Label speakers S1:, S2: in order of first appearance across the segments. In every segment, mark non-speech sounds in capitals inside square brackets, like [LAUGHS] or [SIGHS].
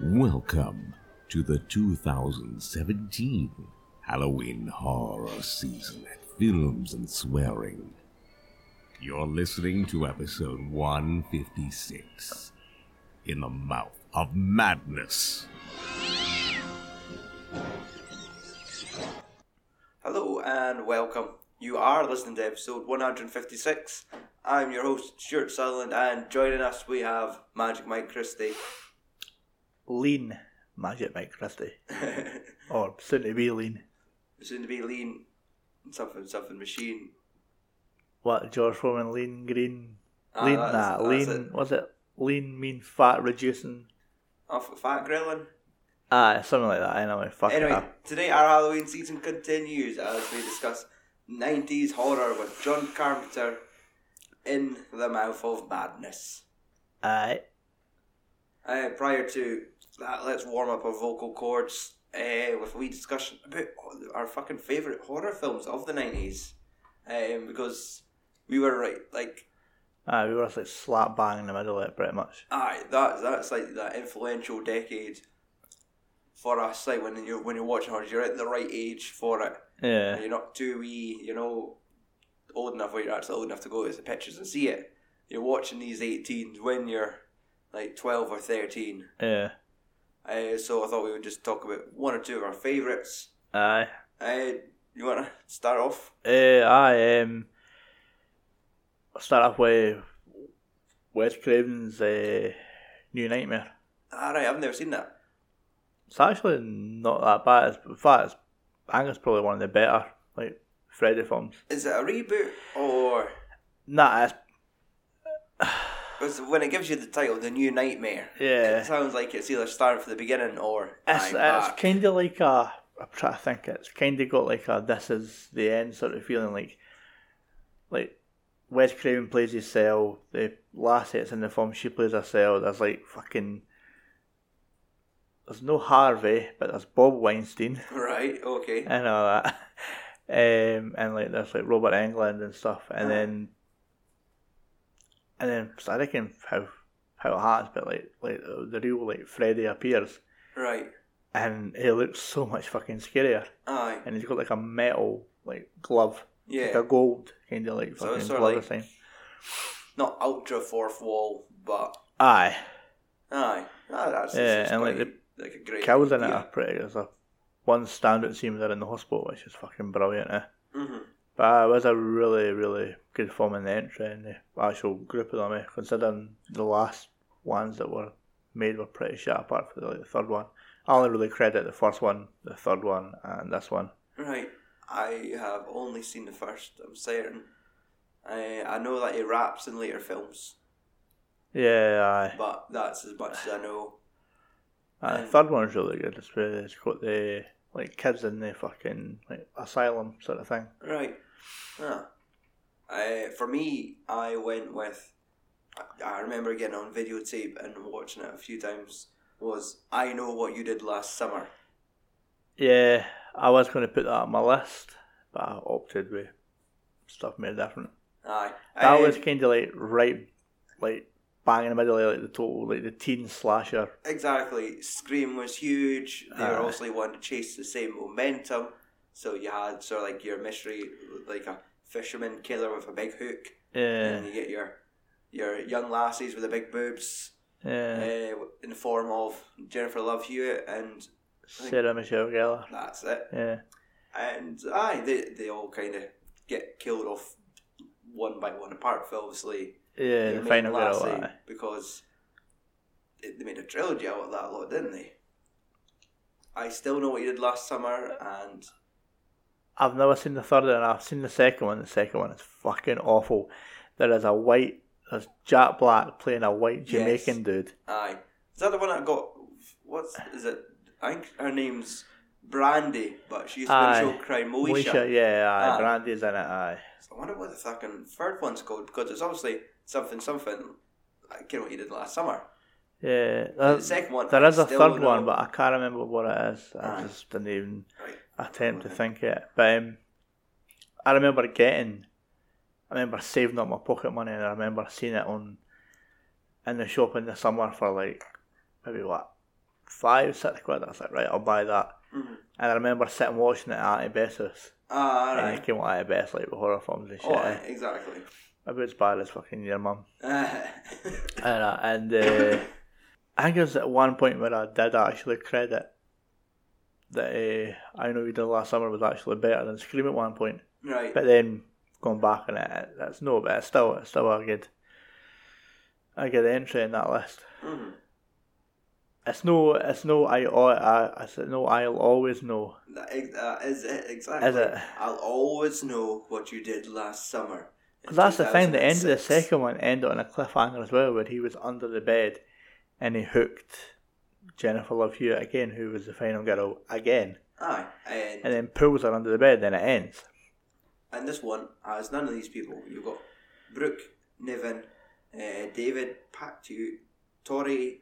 S1: Welcome to the 2017 Halloween horror season at Films and Swearing. You're listening to episode 156 In the Mouth of Madness.
S2: Hello and welcome. You are listening to episode 156. I'm your host, Stuart Sutherland, and joining us we have Magic Mike Christie. [LAUGHS]
S3: lean Magic Mike Christie, or soon to be lean.
S2: Soon to be Lean, something, something machine.
S3: What George Foreman lean green?
S2: Ah,
S3: lean
S2: that's-
S3: that
S2: that's
S3: lean
S2: it.
S3: was it? Lean mean fat reducing.
S2: Off of Fat Grillin.
S3: Ah, something like that. Anyway, fuck it
S2: Anyway,
S3: up.
S2: today our Halloween season continues as we discuss 90s horror with John Carpenter in the mouth of madness.
S3: Aye,
S2: Uh, prior to that, let's warm up our vocal cords uh, with a wee discussion about our fucking favourite horror films of the 90s. Um, because we were right, like,
S3: aye, we were just like slap bang in the middle of it, pretty much.
S2: aye, that, that's like that influential decade for us. Like, when you're, when you're watching horror, you're at the right age for it.
S3: Yeah,
S2: And you're not too wee, you know, old enough where you're actually old enough to go to the pictures and see it. You're watching these 18s when you're like 12 or 13.
S3: yeah,
S2: Uh, so I thought we would just talk about one or two of our favourites.
S3: aye,
S2: Uh, you want to start off?
S3: eh, aye. Um, I'll start off with Wes Craven's uh, New Nightmare.
S2: All right, I've never seen that.
S3: It's actually not that bad. It's, in fact, it's, I think it's probably one of the better like Freddy films.
S2: Is it a reboot or?
S3: Nah, it's,
S2: Because when it gives you the title, the new nightmare, it
S3: yeah,
S2: sounds like it's either starting from the beginning or.
S3: it's,
S2: I'm back.
S3: it's kind of like a. I'm trying to think. It's kind of got like a "this is the end" sort of feeling. Like, like Wes Craven plays his cell. The lassie that's in the film, she plays her cell. There's like fucking. There's no Harvey, but there's Bob Weinstein. [LAUGHS]
S2: Right. Okay.
S3: and all that. [LAUGHS] Um, and like there's like Robert England and stuff,
S2: Uh-huh.
S3: and then and then so I reckon how how it has, but like like the real like Freddy appears,
S2: Right.
S3: and he looks so much fucking scarier,
S2: Aye.
S3: and he's got like a metal like glove, like
S2: Yeah.
S3: a gold kind of like
S2: So it's
S3: fucking
S2: sort of
S3: glove
S2: like-
S3: thing.
S2: Not ultra fourth wall, but
S3: Aye,
S2: aye. Ah, that's,
S3: Yeah,
S2: that's
S3: and, like,
S2: quite, like a great.
S3: cows in it are pretty. There's a one standout scene there in the hospital, which is fucking brilliant. Eh?
S2: hmm
S3: But it was a really, really good film in the entry and the actual group of them, eh, considering the last ones that were made were pretty shit apart from the, like, the third one. I only really credit the first one, the third one, and this one.
S2: Right. I have only seen the first. I'm certain. I I know that he raps in later films,
S3: Yeah, aye.
S2: but that's as much as I know.
S3: Uh, the third one's really good. It's where it's got the like kids in the fucking like asylum sort of thing.
S2: Right. Ah. Uh, for me, I went with. I- I remember getting on videotape and watching it a few times. Was I know what you did last summer?
S3: Yeah, I was going to put that on my list, but I opted with stuff made different.
S2: Aye.
S3: That
S2: Uh,
S3: was kind of like right, like bang in the middle of like the total, like the teen slasher.
S2: exactly. Scream was huge. They were
S3: Aye.
S2: also wanting to chase the same momentum, so you had sort of like your mystery, like a fisherman killer with a big hook,
S3: Yeah,
S2: and you get your your young lassies with the big boobs,
S3: yeah.
S2: uh, in the form of Jennifer Love Hewitt, and
S3: Sarah Michelle Gellar.
S2: that's it.
S3: Yeah,
S2: And aye, they, they all kind of get killed off one by one, apart from obviously
S3: yeah.
S2: your
S3: The
S2: main
S3: final girl.
S2: lassie,
S3: aye.
S2: because they, they made a trilogy out of that lot, didn't they? I still know what you did last summer, and
S3: I've never seen the third one. I've seen the second one. The second one is fucking awful. There is a white. There's Jack Black playing a white
S2: Yes.
S3: Jamaican dude.
S2: aye, is that the one that got what's is it? I think her name's Brandy, but she's going to
S3: Aye.
S2: show crime
S3: Moesha, yeah, aye.
S2: Aye.
S3: Brandy's in it. Aye.
S2: So I wonder what the fucking third one's called because it's obviously something something. I can't what you did last summer.
S3: Yeah.
S2: The
S3: There,
S2: second one.
S3: there
S2: I
S3: is a
S2: still
S3: third
S2: know-
S3: one, but I can't remember what it is. I
S2: Aye.
S3: just didn't even.
S2: Right.
S3: attempt to think it. But um, I remember getting, I remember saving up my pocket money, and I remember seeing it on in the shop in the summer for like maybe what five, six quid. I was like, right, I'll buy that.
S2: Mm-hmm.
S3: And I remember sitting watching it at Bessus.
S2: Ah,
S3: And
S2: right.
S3: it came out of best like with horror films and shit.
S2: Oh,
S3: eh?
S2: aye, exactly. [LAUGHS]
S3: Maybe it's bad as fucking your mum.
S2: Uh,
S3: And, uh, and uh, I think it was at one point where I did actually credit that uh, I Know You Did Last Summer was actually better than Scream at one point.
S2: right.
S3: But then going back on it, that's no, but it's still, it's still a good, a good entry in that list.
S2: hmm
S3: It's no, it's no, I, al- I, I said no, I'll always know.
S2: That, ex- that is it, exactly.
S3: Is it?
S2: I'll always know what you did last summer. in
S3: Because that's the thing. The end of the
S2: 2006.
S3: second one ended on a cliffhanger as well, where he was under the bed, and he hooked Jennifer Love Hewitt again, who was the final girl again,
S2: Aye, and,
S3: and then pulls her under the bed. Then it ends.
S2: and this one has none of these people. You've got Brooke, Niven, uh, David Pactu, Tori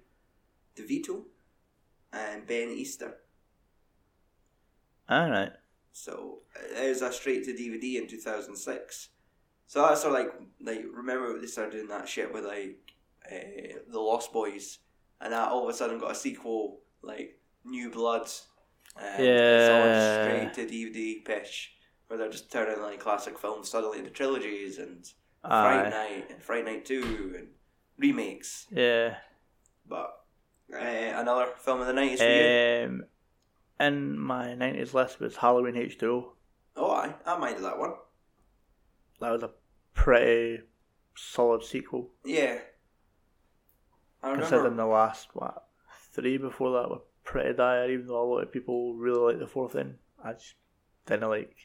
S2: DeVito, and Ben Easter.
S3: All right.
S2: So uh, it was a straight to DVD in 2006. So that's sort of like, like remember they started doing that shit with like uh, The Lost Boys, and that all of a sudden got a sequel, like New Bloods. And
S3: Yeah.
S2: It's all straight to DVD pitch, where they're just turning like classic films suddenly into trilogies and Fright
S3: Aye.
S2: Night and Fright Night 2 and remakes.
S3: Yeah.
S2: But uh, another film of the 90s for you.
S3: Um, in my nineties list was Halloween H two O.
S2: Oh, aye, I minded that one.
S3: That was a pretty solid sequel,
S2: Yeah. I
S3: considering
S2: remember.
S3: the last what three before that were pretty dire. Even though a lot of people really liked the fourth one, I just didn't like.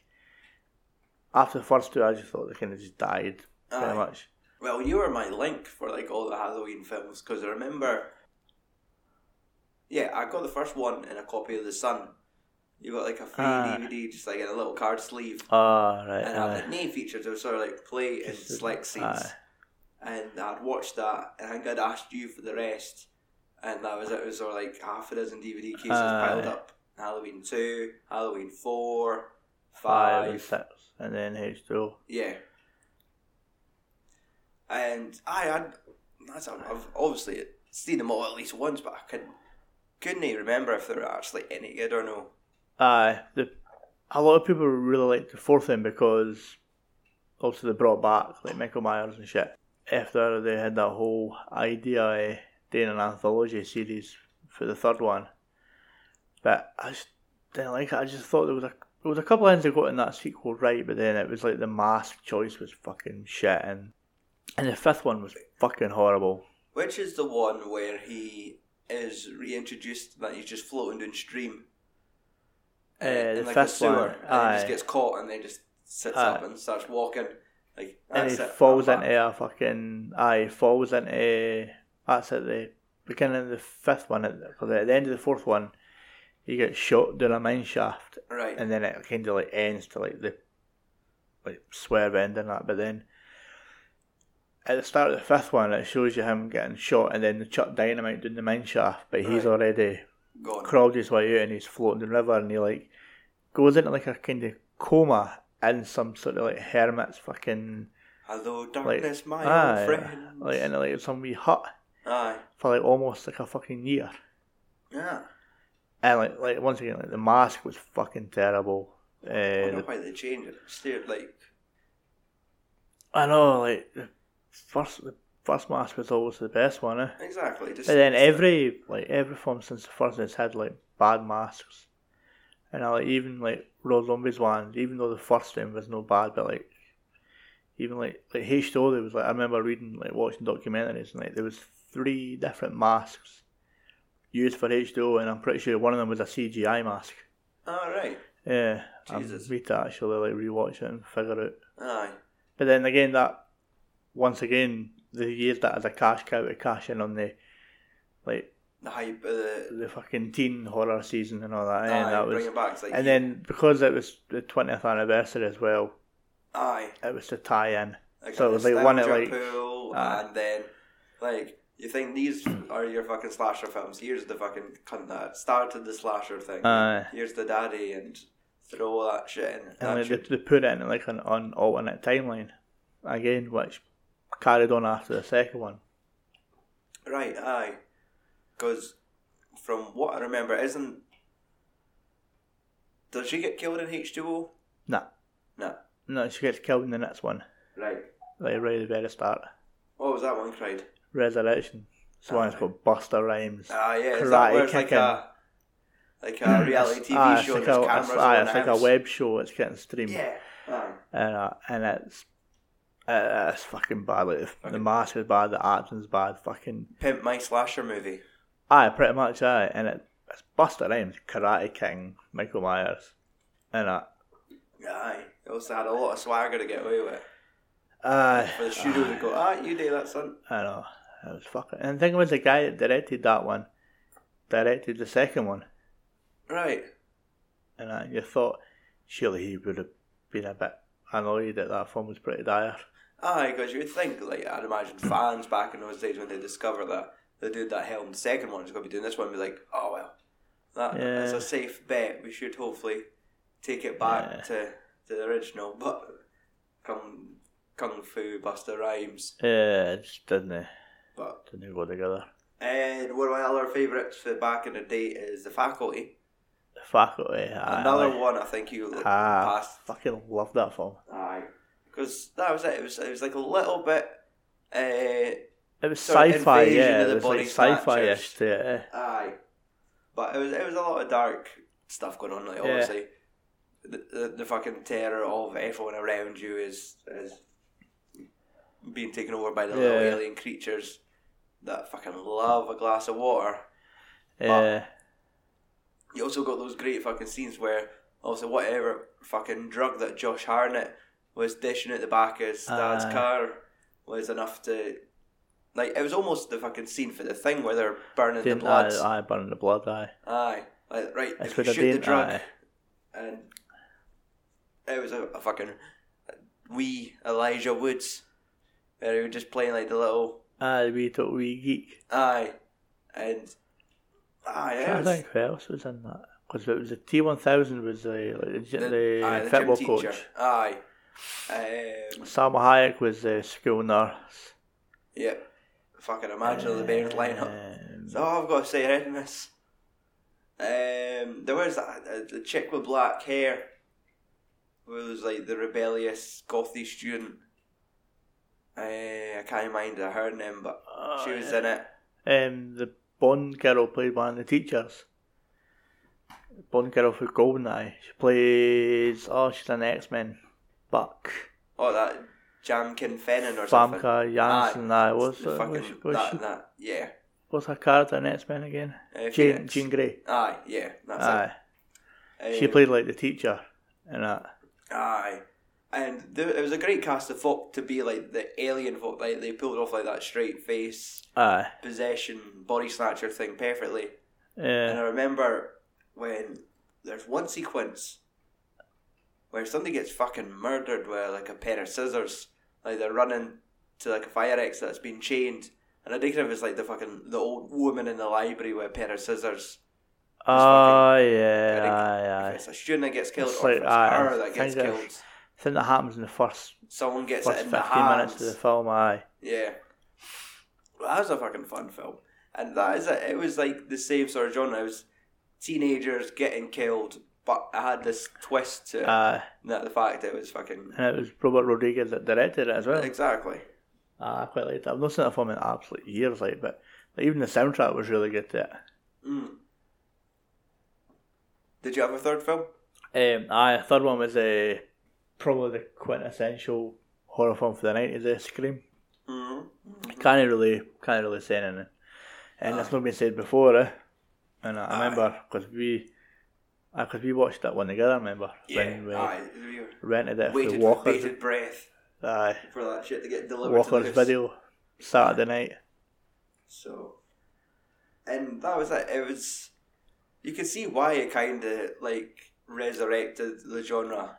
S3: After the first two, I just thought they kind of just died pretty
S2: Aye.
S3: much.
S2: Well, you were my link for like all the Halloween films because I remember. Yeah, I got the first one in a copy of The Sun. You got like a free
S3: Ah.
S2: DVD, just like in a little card sleeve,
S3: Ah, right.
S2: and
S3: aye.
S2: had the name features of sort of like play and
S3: Just the-
S2: select scenes.
S3: aye.
S2: And I'd watched that, and I think I'd asked you for the rest, and that was it. It was sort of like half a dozen DVD cases piled
S3: Aye.
S2: up. Halloween two, Halloween four,
S3: Five and
S2: five,
S3: six, and then H two O.
S2: yeah. And I, I that's, I've obviously seen them all at least once, but I couldn't, couldn't even remember if they were actually any good or no.
S3: Aye, Uh, the a lot of people really liked the fourth one because obviously they brought back like Michael Myers and shit. After they had that whole idea of doing an anthology series for the third one, but I just didn't like it. I just thought there was a there was a couple of ends that got in that sequel right, but then it was like the mask choice was fucking shit, and and the fifth one was fucking horrible.
S2: Which is the one where he is reintroduced that he's just floating downstream.
S3: Uh,
S2: in
S3: the
S2: like a
S3: fifth
S2: sewer,
S3: one,
S2: and he
S3: aye,
S2: just gets caught and then just sits
S3: Aye.
S2: up and starts walking. Like
S3: and
S2: that's
S3: he
S2: it, I'm
S3: falls
S2: back.
S3: into a fucking aye, he falls into that's at the beginning of the fifth one at the, 'cause at the end of the fourth one he gets shot down a mine shaft
S2: right.
S3: and then it kind of like ends to like the like swerve end and that but then at the start of the fifth one it shows you him getting shot and then they chuck dynamite down the mine shaft but he's
S2: Right.
S3: already
S2: Gone.
S3: crawled his way out and he's floating down the river and he like goes into like a kind of coma in some sort of like hermit's fucking
S2: Hello, darkness, my
S3: aye,
S2: old friend.
S3: like in like some wee hut
S2: aye.
S3: for like almost like a fucking year.
S2: Yeah.
S3: And like like once again, like the mask was fucking terrible. Uh,
S2: I wonder
S3: the-
S2: why they changed it. Stared like
S3: I know, like the first the first mask was always the best one, eh?
S2: Exactly. Just uh,
S3: But then every like every film since the first has had like bad masks. And I like even like Rob Zombie's one, even though the first one was no bad, but like even like like H2O, there was like I remember reading like watching documentaries and like there was three different masks used for H2O, and I'm pretty sure one of them was a CGI mask.
S2: All Ah, right.
S3: Yeah, I
S2: Jesus.
S3: need to actually like rewatch it and figure out.
S2: Aye.
S3: But then again, that once again they used that as a cash cow to cash in on the like
S2: The hype. Uh, the,
S3: the fucking teen horror season and all that. eh,
S2: aye.
S3: and that
S2: bring
S3: was,
S2: it back. It's like,
S3: and then because it was the twentieth anniversary as well,
S2: aye.
S3: it was to tie in.
S2: Like
S3: so
S2: a
S3: it was like one at,
S2: nostalgia
S3: like, uh,
S2: pool,
S3: aye.
S2: and then like you think these are your fucking slasher films? Here's the fucking cunt that started the slasher thing.
S3: Aye.
S2: Here's the daddy and throw all that shit in. That
S3: Uh, And like, they,
S2: should-
S3: they put it in like an, an alternate timeline again, which carried on after the second one.
S2: Right. Aye. Because from what I remember, isn't. Does she get killed in H2O?
S3: Nah.
S2: No.
S3: No, she gets killed in the next one.
S2: Right.
S3: Like right at the very start.
S2: What was that one cried?
S3: Resurrection. This one's
S2: Aye.
S3: got Buster Rhymes.
S2: Ah, yeah. Is that
S3: Karate
S2: where it's like
S3: kicking.
S2: a. Like
S3: [CLEARS THROAT]
S2: a reality TV
S3: Aye,
S2: show,
S3: Ah,
S2: and
S3: it's like,
S2: there's
S3: a,
S2: cameras
S3: it's, aye,
S2: on
S3: it's like a
S2: house?
S3: web show that's getting streamed.
S2: Yeah. Aye.
S3: And, uh, and it's. Uh, it's fucking bad. Like, the-
S2: Okay.
S3: The mask is bad, the acting's bad, fucking.
S2: Pimp My Slasher movie.
S3: Aye, pretty much, aye. And it, it's Buster Rhymes, Karate King, Michael Myers. And uh,
S2: Aye. They also had a lot of swagger to get away with.
S3: aye.
S2: For the studio to go, ah, you do that, son.
S3: I know. It was fucking. And the thing was, the guy that directed that one directed the second one,
S2: Right.
S3: and uh, you thought surely he would have been a bit annoyed that that film was pretty dire.
S2: Aye, because you would think, like, I'd
S3: [CLEARS THROAT]
S2: imagine fans back in those days when they discover that the dude that helmed the second one is going to be doing this one, be like, oh, well, that,
S3: Yeah.
S2: that's a safe bet. We should hopefully take it back
S3: Yeah.
S2: to, to the original. But Kung, Kung Fu Buster Rhymes.
S3: Yeah, it just didn't
S2: But,
S3: didn't go together.
S2: and one of my other favourites for back in the day is The Faculty.
S3: The faculty, aye,
S2: Another
S3: aye.
S2: one I think you like,
S3: Ah,
S2: passed
S3: fucking love that film.
S2: Aye. Because that was it. It was, it was like a little bit. Uh,
S3: It was
S2: Sort of
S3: sci-fi,
S2: invasion
S3: yeah.
S2: of the
S3: It was
S2: body
S3: like sci-fi-ish
S2: snatchers.
S3: to it. eh.
S2: aye. But it was it was a lot of dark stuff going on. Like
S3: Yeah.
S2: obviously, the, the the fucking terror of everyone around you is is being taken over by the little
S3: Yeah.
S2: alien creatures that fucking love a glass of water.
S3: Yeah,
S2: You also got those great fucking scenes where also whatever fucking drug that Josh Harnett was dishing at the back of Stan's
S3: Aye.
S2: car was enough to like it was almost the fucking scene for the thing where they're burning
S3: didn't
S2: the bloods. Aye,
S3: I, I burn the blood? Aye,
S2: Like, right,
S3: It's
S2: if you
S3: with the
S2: shoot the
S3: dent,
S2: drug
S3: aye.
S2: and it was a, a fucking wee Elijah Woods where he was just playing like the little
S3: aye. We took wee geek.
S2: aye and aye it
S3: I
S2: was-
S3: think who else was in that? Because it was the T one thousand was the like, the, the,
S2: aye, the gym
S3: football
S2: teacher.
S3: coach.
S2: Aye. Um,
S3: Salma Hayek was the school nurse.
S2: Yeah. Fucking imagine the Bears lineup.
S3: Um,
S2: So I've got to say, I miss. Um, there was that, uh, the chick with black hair who was like the rebellious gothy student. Uh, I can't mind her name, but
S3: Um,
S2: she was in it.
S3: Um, the Bond girl played one of the teachers. Bond girl for Goldeneye. She plays. Oh, she's an X Men. Buck.
S2: Oh, that Jamkin Fennin or something. Ah,
S3: Famke Janssen. Aye, what's,
S2: The
S3: the,
S2: fucking,
S3: what's, she- what's,
S2: that,
S3: she-
S2: that, yeah.
S3: what's her character in X Men again?
S2: Uh,
S3: Jean,
S2: Phoenix.
S3: Jean Grey.
S2: Aye, yeah, that's
S3: Aye.
S2: it.
S3: She
S2: Um,
S3: played like the teacher in that.
S2: Aye. And there, it was a great cast of folk to be like the alien folk. Like they pulled off like that straight face
S3: Aye.
S2: possession body snatcher thing perfectly. And
S3: Yeah.
S2: I remember when there's one sequence where somebody gets fucking murdered with like a pair of scissors. Like they're running to like a fire exit that's been chained. And I think it was like the fucking the old woman in the library with a pair of scissors.
S3: Oh,
S2: I
S3: yeah.
S2: think
S3: Aye,
S2: If
S3: aye.
S2: it's a student that gets killed,
S3: It's
S2: or
S3: like,
S2: if it's
S3: aye,
S2: her that gets
S3: kind of-
S2: killed,
S3: I think that happens in the first
S2: someone gets
S3: first
S2: it in the
S3: 15
S2: hands.
S3: minutes of the film, aye.
S2: Yeah. Well, that was a fucking fun film. And that is it. It was like the same sort of genre. It was teenagers getting killed, but I had this twist to
S3: Aye.
S2: not the fact that it was fucking.
S3: And it was Robert Rodriguez that directed it as well.
S2: Exactly.
S3: Ah, I quite liked it. I've not seen that film in absolute years, like, but like, even the soundtrack was really good to
S2: Mm. Did you have a third film?
S3: it. Um, aye, third one was uh, probably the quintessential horror film for the 90s, uh, Scream.
S2: Mm.
S3: Can't really, can't really say anything. And it's
S2: Ah.
S3: not been said before, eh? And I, I remember, because we, because we watched that one together, I remember,
S2: Yeah.
S3: when we
S2: Aye. We were
S3: rented it for
S2: waited with
S3: Walker's,
S2: bated breath
S3: aye,
S2: for that shit to get delivered. to the
S3: Walker's
S2: house.
S3: video, Saturday night.
S2: So, and that was it. It was. You could see why it kind of like resurrected the genre.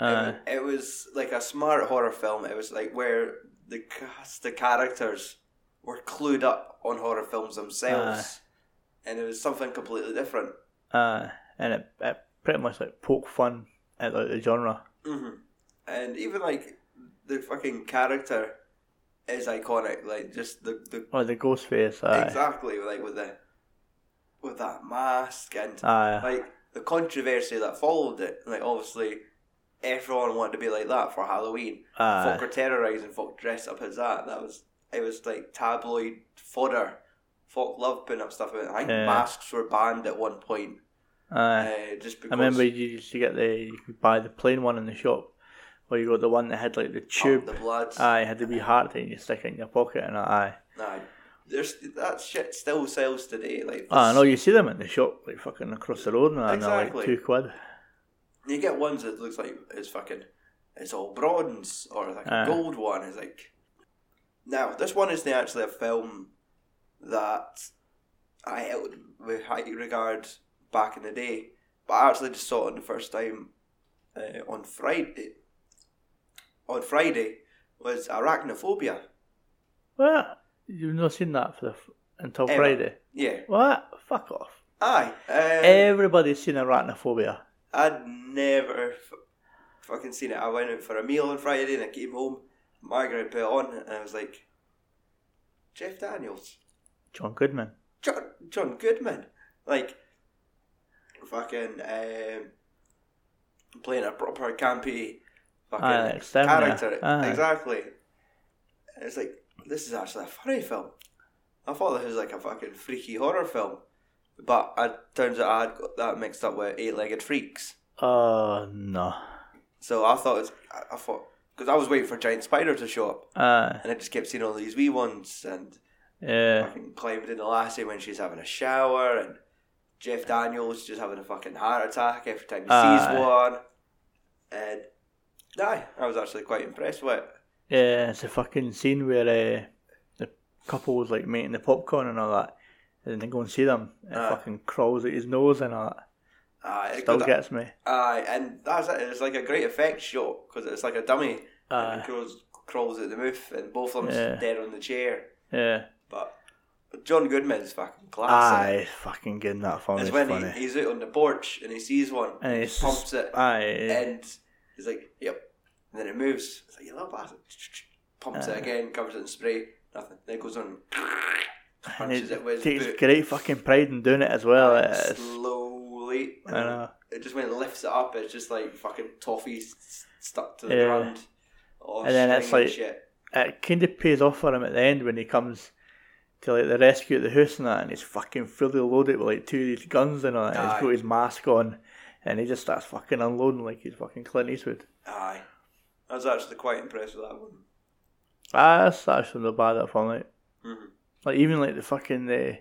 S3: Aye.
S2: it, it was like a smart horror film. It was like where the cast, the characters were clued up on horror films themselves, and it was something completely different.
S3: Uh, and it, it pretty much like poke fun at like the genre.
S2: Mm-hmm. And even like the fucking character is iconic. Like just the the
S3: Or the ghost face. Uh,
S2: exactly like with the with that mask and
S3: Aye.
S2: like the controversy that followed it. Like obviously, everyone wanted to be like that for Halloween.
S3: Aye.
S2: folk were terrorising. Folk dressed up as that. That was it was like tabloid fodder. Folk loved putting up stuff. about it. I think
S3: Yeah.
S2: masks were banned at one point.
S3: Aye.
S2: Uh, just because
S3: I remember you used to get the you could buy the plain one in the shop, or you got the one that had like the
S2: oh,
S3: tube.
S2: the bloods.
S3: aye, had the wee heart thing. You stick it in your pocket, and aye.
S2: Nah, there's that shit still sells today. Like
S3: Ah, no, you see them in the shop, like fucking across the road, and that, and they're
S2: Exactly.
S3: like two quid.
S2: You get ones that looks like it's fucking, it's all bronze or like a
S3: Aye.
S2: gold one. It's like, now this one isn't actually a film that I held with high regard back in the day, but I actually just saw it on the first time uh, on Friday. On Friday was Arachnophobia.
S3: What? You've not seen that for the f- until
S2: Ever.
S3: Friday?
S2: Yeah,
S3: What? Fuck off.
S2: aye. Uh,
S3: Everybody's seen arachnophobia.
S2: I'd never f- fucking seen it. I went out for a meal on Friday and I came home. Margaret put it on and I was like, Jeff Daniels,
S3: John Goodman.
S2: John, John Goodman, like fucking um, playing a proper campy fucking
S3: Aye, like Stamina.
S2: character.
S3: Aye.
S2: Exactly. And It's like this is actually a funny film. I thought this was like a fucking freaky horror film, but it turns out I had got that mixed up with Eight Legged Freaks.
S3: Oh no.
S2: So I thought, it was, I- I thought, because I was waiting for a giant spider to show up,
S3: Aye.
S2: and I just kept seeing all these wee ones, and
S3: Yeah.
S2: fucking climbed in the lassie when she's having a shower, and Jeff Daniels just having a fucking heart attack every time he
S3: Aye.
S2: sees one, and aye, I was actually quite impressed with it.
S3: Yeah, it's a fucking scene where uh, the couple was like making the popcorn and all that, and then they go and see them, and
S2: Aye.
S3: fucking crawls at his nose and all that.
S2: Aye, it
S3: Still
S2: could-
S3: gets me.
S2: aye, and that's it. It's like a great effect shot because it's like a dummy, and
S3: Aye.
S2: he crawls, crawls at the mouth, and both of them's
S3: Yeah.
S2: dead on the chair.
S3: Yeah.
S2: But John Goodman's fucking classic.
S3: Aye, fucking good in that film.
S2: It's
S3: It's
S2: when
S3: Oh, funny.
S2: He, he's out on the porch and he sees one
S3: and ah, it's
S2: pumps
S3: just,
S2: it
S3: aye,
S2: and he's like, yep. And then it moves. It's like, you little bastard. Pumps it
S3: Aye.
S2: again, covers it in spray, nothing. Then it goes on.
S3: Uh-huh. and
S2: Punches it
S3: it
S2: with his
S3: takes
S2: boot.
S3: great fucking pride in doing it as well.
S2: and
S3: It's,
S2: slowly.
S3: I know.
S2: It just when it lifts it up, it's just like fucking toffee s- stuck to the
S3: Yeah.
S2: ground. Oh,
S3: And then it's
S2: stringy
S3: like-
S2: shit.
S3: It kind of pays off for him at the end when he comes to like the rescue at the house and that, and he's fucking fully loaded with like two of these guns and all that. And
S2: Aye.
S3: he's got his mask on, and he just starts fucking unloading like he's fucking Clint Eastwood.
S2: Aye. I was actually quite impressed with that one.
S3: Ah, that's actually not bad at all. Like,
S2: Mhm.
S3: like even like the fucking the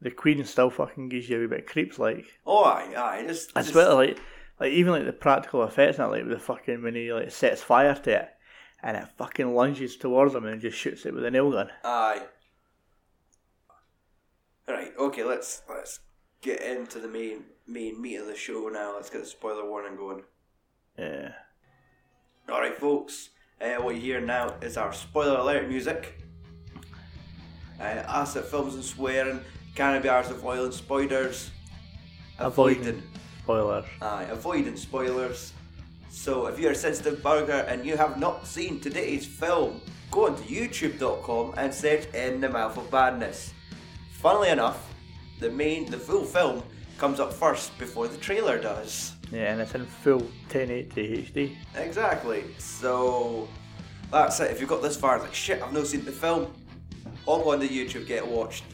S3: the Queen still fucking gives you a wee bit of creeps like.
S2: Oh, aye, aye. Just,
S3: I
S2: just-
S3: swear, like, like even like the practical effects and that, like with the fucking when he like sets fire to it, and it fucking lunges towards him and just shoots it with a nail gun.
S2: Aye. Right. Okay. Let's let's get into the main main meat of the show now. Let's get the spoiler warning going.
S3: Yeah.
S2: All right, folks. Uh, what you hear now is our spoiler alert music. Uh, asset films and swearing, cannabis, hours of violence, spoilers,
S3: Avoiding.
S2: avoiding,
S3: Spoilers.
S2: aye, avoiding spoilers. So if you're a sensitive burger and you have not seen today's film, go onto YouTube.com and search "In the Mouth of Madness." Funnily enough, the main, the full film comes up first before the trailer does.
S3: Yeah, and it's in full 1080 HD.
S2: Exactly. So that's it. If you've got this far, it's like shit, I've not seen the film. All go onto YouTube, get it watched,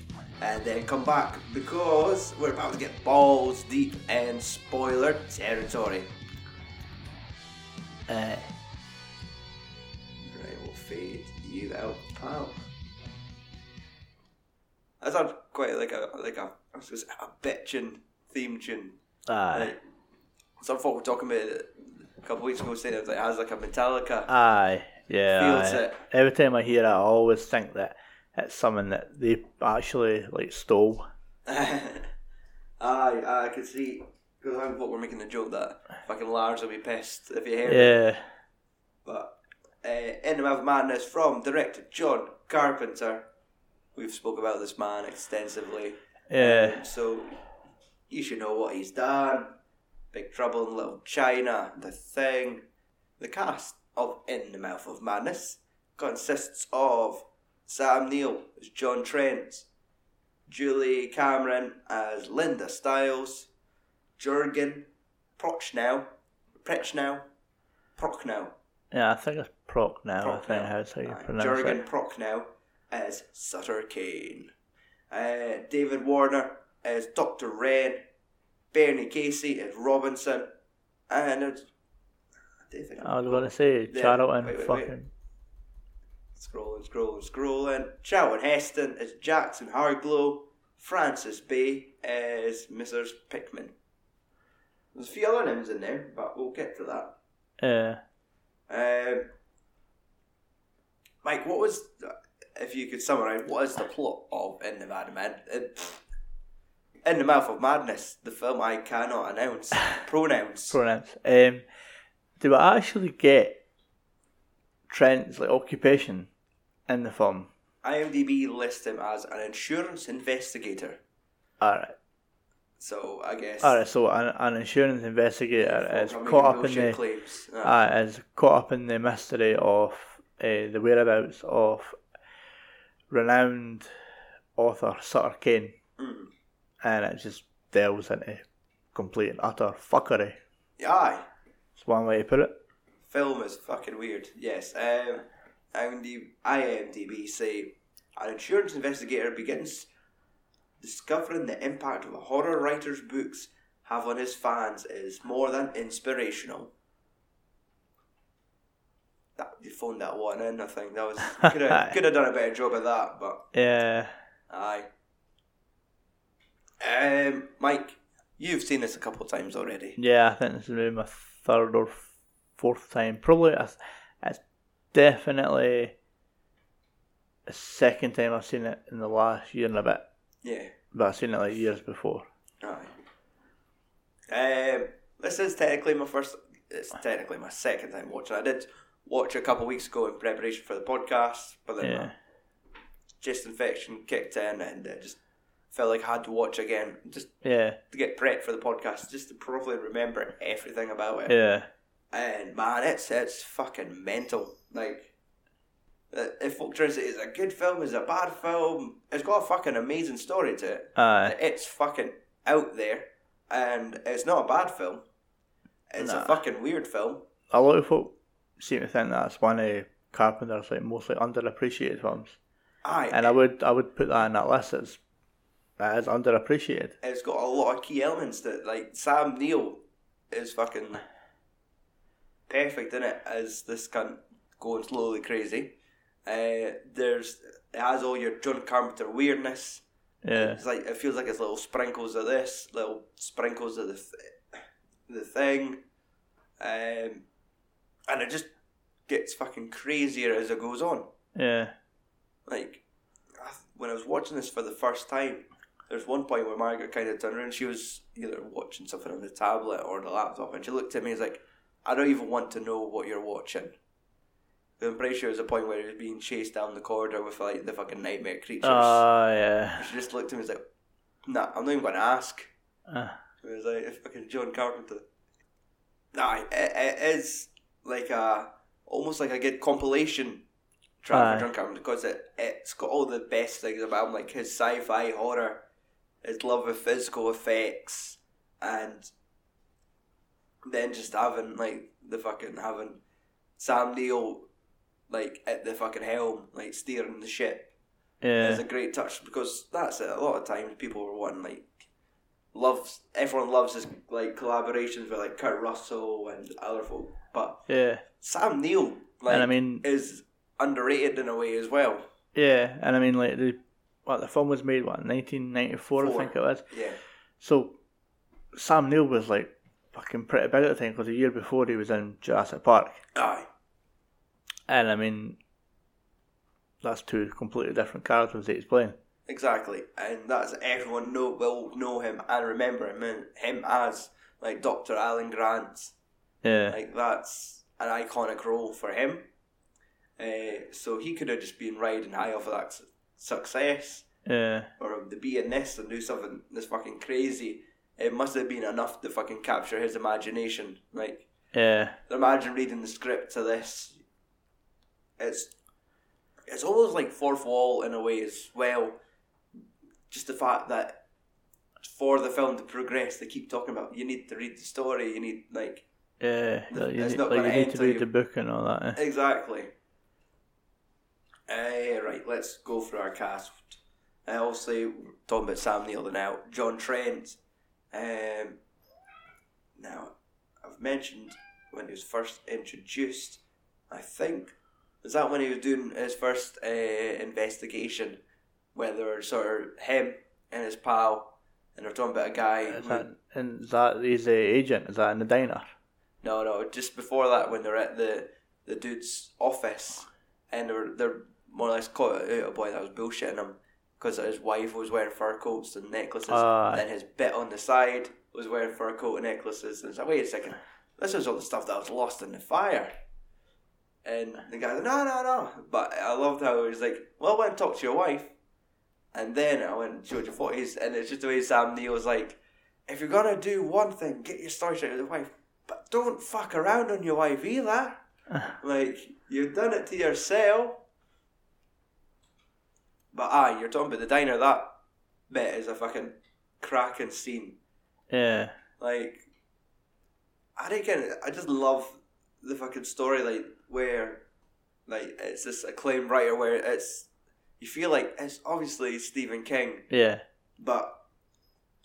S2: and then come back because we're about to get balls deep in spoiler territory.
S3: Uh,
S2: Right, we'll fade you out, pal. That's had quite like a like a I was gonna say a bitchin theme tune.
S3: aye.
S2: Like, some folk were talking about it a couple weeks ago, saying it was like has like a Metallica. [LAUGHS]
S3: Aye. Yeah.
S2: Feels
S3: aye.
S2: it.
S3: Every time I hear it, I always think that it's something that they actually like stole.
S2: aye, aye, I could see because I think folk were making the joke that fucking Lars will be pissed if he heard it.
S3: Yeah.
S2: But uh, End of Madness from director John Carpenter. We've spoke about this man extensively.
S3: Yeah.
S2: So you should know what he's done. Big Trouble in Little China, The Thing. The cast of In the Mouth of Madness consists of Sam Neill as John Trent, Julie Cameron as Linda Stiles, Jurgen Prochnow, Prechnow, Prochnow,
S3: Yeah, I think it's Proc now. Oh, I think
S2: Prochnow.
S3: that's how you
S2: Aye,
S3: pronounce
S2: Jurgen
S3: it.
S2: Prochnow as Sutter Kane. Uh, David Warner as Dr. Red. Bernie Casey as Robinson. And it's, I do think I'm
S3: I was going to say
S2: Yeah,
S3: Charlton
S2: wait, wait, wait.
S3: fucking.
S2: Scrolling, scrolling, scrolling. Charlton Heston is Jackson Harglow. Francis Bay is Mrs. Pickman. There's a few other names in there, but we'll get to that.
S3: Uh,
S2: Um, Mike, what was, if you could summarise, what is the plot of In the Mad Men? uh, In the Mouth of Madness, the film I cannot
S3: [LAUGHS]
S2: announce. Pronouns.
S3: pronouns. Um, do I actually get Trent's like occupation in the film?
S2: IMDb lists him as an insurance investigator.
S3: All right,
S2: So I guess.
S3: all right. So an, an insurance investigator
S2: Folk
S3: is
S2: are
S3: caught
S2: making
S3: up
S2: bullshit
S3: in the
S2: claims. Uh,
S3: uh, is caught up in the mystery of uh, the whereabouts of renowned author Sutter Kane,
S2: mm.
S3: and it just delves into complete and utter fuckery.
S2: Aye,
S3: It's one way to put it.
S2: film is fucking weird. Yes. Um, IMDb, IMDb say an insurance investigator begins discovering the impact of a horror writer's books have on his fans is more than inspirational. That you phoned that one in. I think that was could have could have done a better job of that, but
S3: Yeah.
S2: aye. Um, Mike, you've seen this a couple of times already.
S3: Yeah, I think this is maybe my third or fourth time. Probably, I th- it's definitely the second time I've seen it in the last year and a bit.
S2: Yeah.
S3: But I've seen it like years before.
S2: Aye. Um, this is technically my first. It's technically my second time watching. I did watch a couple weeks ago in preparation for the podcast, but then
S3: Yeah.
S2: my chest infection kicked in, and I just felt like I had to watch again just
S3: Yeah,
S2: to get prepped for the podcast, just to properly remember everything about it.
S3: yeah,
S2: And man, it's it's fucking mental. Like, uh, if folk turns it is a good film, is a bad film, it's got a fucking amazing story to it
S3: aye,
S2: it's fucking out there, and it's not a bad film. It's
S3: Nah.
S2: a fucking weird film.
S3: a lot of folk seem to think that's one of Carpenter's like mostly underappreciated films,
S2: Aye,
S3: and I would I would put that in that list. It's that is underappreciated.
S2: it's got a lot of key elements that, like Sam Neill, is fucking perfect in it as this cunt going slowly crazy. Uh, there's it has all your John Carpenter weirdness.
S3: Yeah,
S2: It's like it feels like it's little sprinkles of this, little sprinkles of the th- the thing, um, and it just gets fucking crazier as it goes on.
S3: yeah,
S2: Like I- when I was watching this for the first time, there's one point where Margaret kind of turned around. She was either watching something on the tablet or the laptop, and she looked at me. and was like, "I don't even want to know what you're watching." I'm pretty sure it was a point where he was being chased down the corridor with like the fucking nightmare creatures.
S3: oh yeah,
S2: She just looked at me and was like, nah, I'm not even going to ask.
S3: uh,
S2: It was like, if fucking John Carpenter. Nah, it, it is like a, almost like a good compilation track
S3: Aye.
S2: for John Carpenter because it, it's got all the best things about him, like his sci fi horror, his love of physical effects, and then just having, like, the fucking, having Sam Neill, like, at the fucking helm, like, steering the ship is
S3: yeah,
S2: a great touch because that's it. A lot of times people were wanting like loves everyone loves his like collaborations with like Kurt Russell and other folk, but
S3: yeah,
S2: Sam Neill like
S3: and I mean
S2: is underrated in a way as well.
S3: Yeah, and I mean, like the what the film was made what nineteen ninety four, I
S2: Four.
S3: think it was.
S2: Yeah,
S3: So Sam Neill was like fucking pretty big at the time because the year before he was in Jurassic Park,
S2: aye,
S3: and I mean, that's two completely different characters that he's playing.
S2: exactly, and that's everyone know will know him and remember him and him as like Doctor Alan Grant.
S3: Yeah,
S2: Like that's an iconic role for him. Uh, so he could have just been riding high off of that su- success.
S3: yeah,
S2: or to be in this and do something this fucking crazy, it must have been enough to fucking capture his imagination. Like,
S3: yeah,
S2: imagine reading the script to this. It's it's almost like fourth wall in a way as well. just the fact that for the film to progress, they keep talking about you need to read the story, you need like
S3: Yeah, that you
S2: It's
S3: need,
S2: not
S3: like
S2: gonna
S3: you need to
S2: enter
S3: read
S2: you.
S3: the book and all [LAUGHS] that. eh?
S2: exactly. Uh, right, let's go through our cast. I obviously we're talking about Sam Neill now. John Trent. Um, now, I've mentioned when he was first introduced. I think is that when he was doing his first uh, investigation, whether sort of him and his pal, and they're talking about a guy.
S3: Is
S2: who-
S3: that, and is that he's the agent? Is that in the diner?
S2: No, no, just before that when they're at the the dude's office and they're they're more or less caught out uh, a boy that was bullshitting him because his wife was wearing fur coats and necklaces,
S3: Aye.
S2: and then his bit on the side was wearing fur coat and necklaces, and it's like, wait a second, this is all the stuff that was lost in the fire. And the guy's like, no, no, no. But I loved how he was like, well, I went and talked to your wife. And then I went and showed your photos. And it's just the way Sam Neill was like, if you're going to do one thing, get your story straight with your wife. But don't fuck around on your wife either. like, you've done it to yourself. But aye, you're talking about the diner. That bit is a fucking cracking scene.
S3: Yeah,
S2: Like, I don't get it. I just love the fucking story, like, where, like, it's this acclaimed writer where it's, you feel like it's obviously Stephen King,
S3: yeah,
S2: but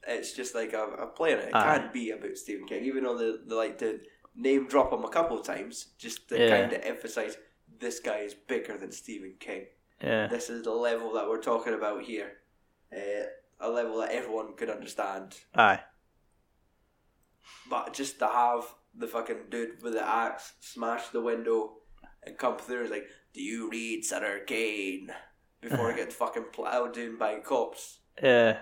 S2: it's just like a, a play on it. It
S3: Aye.
S2: can't be about Stephen King, even though they, they like to name drop him a couple of times, just to
S3: Yeah.
S2: kind of emphasize this guy is bigger than Stephen King.
S3: yeah.
S2: This is the level that we're talking about here. Uh, a level that everyone could understand
S3: Aye,
S2: but just to have the fucking dude with the axe smash the window and come through is like, do you read Sutter Kane? Before
S3: Uh-huh.
S2: I get fucking plowed down by cops.
S3: yeah.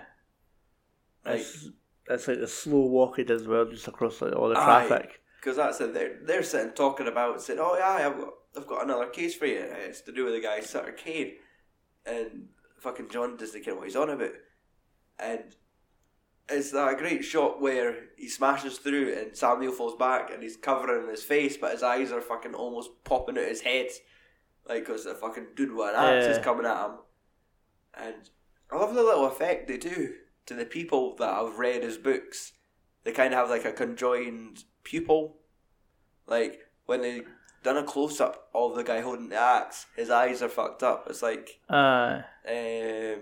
S2: Like-
S3: It's, it's like the slow walk he did as well, just across like, all the
S2: Aye.
S3: traffic.
S2: Because that's it. They're, they're sitting talking about saying, oh yeah, I've got, I've got another case for you. It's to do with the guy Sutter Kane. And fucking John doesn't care what he's on about. And it's that great shot where he smashes through and Samuel falls back and he's covering his face, but his eyes are fucking almost popping out his head. Like, because the fucking dude with an axe is
S3: Yeah.
S2: coming at him. And I love the little effect they do to the people that have read his books. They kind of have like a conjoined pupil. Like, when they done a close up of the guy holding the axe, his eyes are fucked up. It's like,
S3: Aye,
S2: um,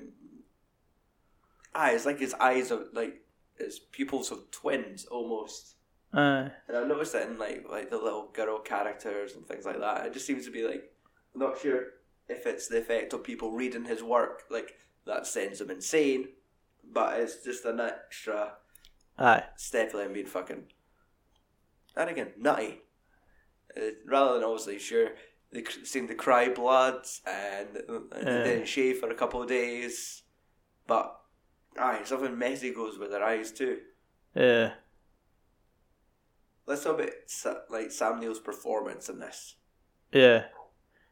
S2: ah, it's like his eyes are like his pupils of twins almost.
S3: aye.
S2: And I've noticed that in like like the little girl characters and things like that. It just seems to be like I'm not sure if it's the effect of people reading his work, like that sends him insane, but it's just an extra
S3: Aye,
S2: step than being fucking and again nutty. Uh, rather than obviously sure they cr- seem to cry blood and, uh, and
S3: Yeah.
S2: they didn't shave for a couple of days, but aye, something messy goes with their eyes too.
S3: yeah.
S2: Let's talk about Sa- like Sam Neill's performance in this.
S3: Yeah.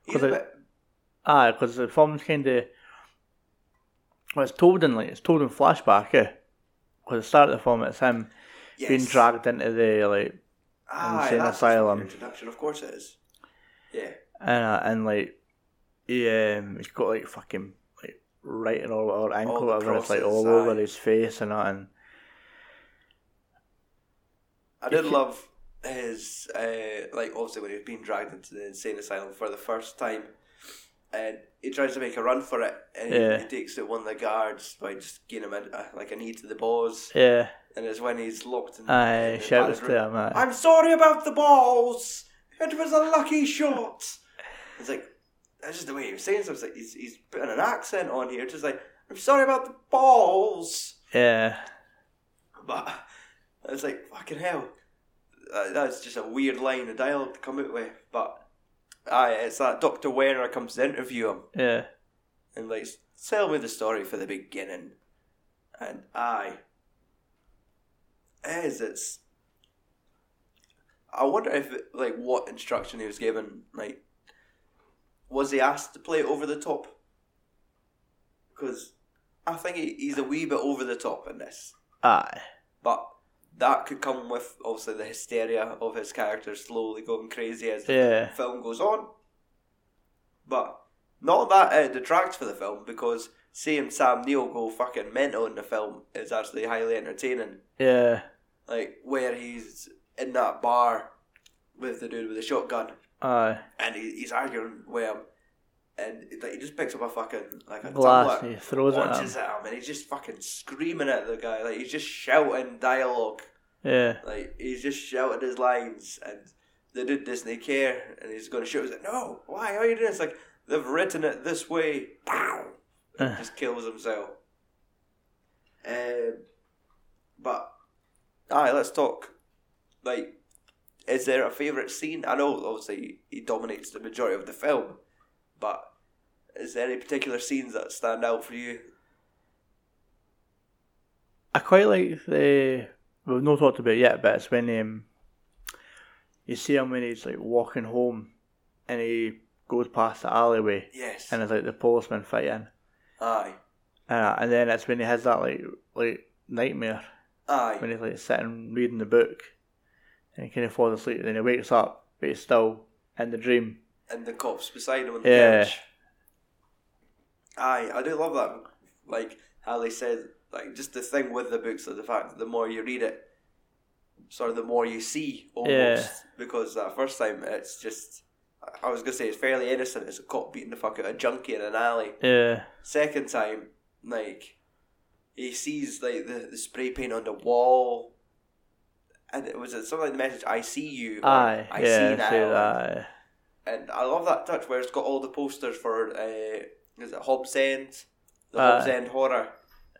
S2: He's a
S3: Cause I-
S2: bit-
S3: Aye, because the film's kind of. Well, it's told in like it's told in flashback, eh? Because the start of the film, it's him
S2: yes.
S3: being dragged into the like
S2: Aye,
S3: insane
S2: that's his
S3: asylum.
S2: Introduction, of course, it is. Yeah,
S3: and uh, and like he um he's got like fucking like writing all or ankle
S2: All the
S3: or whatever. It's like
S2: crosses,
S3: all
S2: aye.
S3: over his face and that, and
S2: I did love his uh, like obviously when he was being dragged into the insane asylum for the first time, and he tries to make a run for it, and he,
S3: Yeah.
S2: he takes out one of the guards by just giving him a, a- like a knee to the balls,
S3: yeah,
S2: and it's when he's locked in. in
S3: I
S2: the
S3: shouts
S2: padded room,
S3: to him. aye.
S2: I'm sorry about the balls. It was a lucky shot. It's like that's just the way he was saying something. It's like he's he's putting an accent on here, just like I'm sorry about the balls.
S3: Yeah,
S2: But I was like, fucking hell. That- That's just a weird line of dialogue to come out with. But aye, it's that Dr. Werner comes to interview him
S3: yeah,
S2: and like, tell me the story for the beginning. And aye. Is it's. I wonder if, it- like, what instruction he was given. Like, was he asked to play over the top? Because I think he, he's a wee bit over the top in this.
S3: aye,
S2: But that could come with obviously the hysteria of his character slowly going crazy as the
S3: yeah,
S2: film goes on. But not that it detracts for the film because seeing Sam Neill go fucking mental in the film is actually highly entertaining.
S3: Yeah.
S2: Like where he's in that bar with the dude with the shotgun
S3: Aye.
S2: and he, he's arguing with him, and like, he just picks up a fucking like a
S3: Glass.
S2: tumbler,
S3: He throws it at
S2: launches
S3: him.
S2: at him, and he's just fucking screaming at the guy. Like he's just shouting dialogue.
S3: Yeah.
S2: Like he's just shouting his lines, and they did this and they care, and he's going to shoot. He's like, "No, why are you doing this?" Like they've written it this way. Pow!
S3: Uh.
S2: just kills himself. Um, but aye, let's talk. Like, is there a favourite scene? I know obviously he dominates the majority of the film, but is there any particular scenes that stand out for you?
S3: I quite like the we've not talked about it yet, but it's when um, you see him when he's like walking home, and he goes past the alleyway,
S2: Yes.
S3: and it's like the policeman fighting,
S2: aye.
S3: uh, and then it's when he has that like like nightmare
S2: Aye.
S3: when he's like sitting reading the book, and he kind of falls asleep, and then he wakes up, but he's still in the dream.
S2: and the cops beside him on the
S3: Yeah.
S2: couch. Aye, I do love that. Like how they said, like just the thing with the books is the fact that the more you read it, sort of the more you see almost.
S3: Yeah.
S2: Because that first time, it's just. I- I was gonna say it's fairly innocent. It's a cop beating the fuck out of a junkie in an alley.
S3: Yeah,
S2: Second time, like he sees like the, the spray paint on the wall, and it was it something like the message "I see you." or,
S3: aye,
S2: I
S3: yeah,
S2: see now.
S3: say that.
S2: And I love that touch where it's got all the posters for uh, is it Hobbs End, the
S3: Aye.
S2: Hobbs End horror.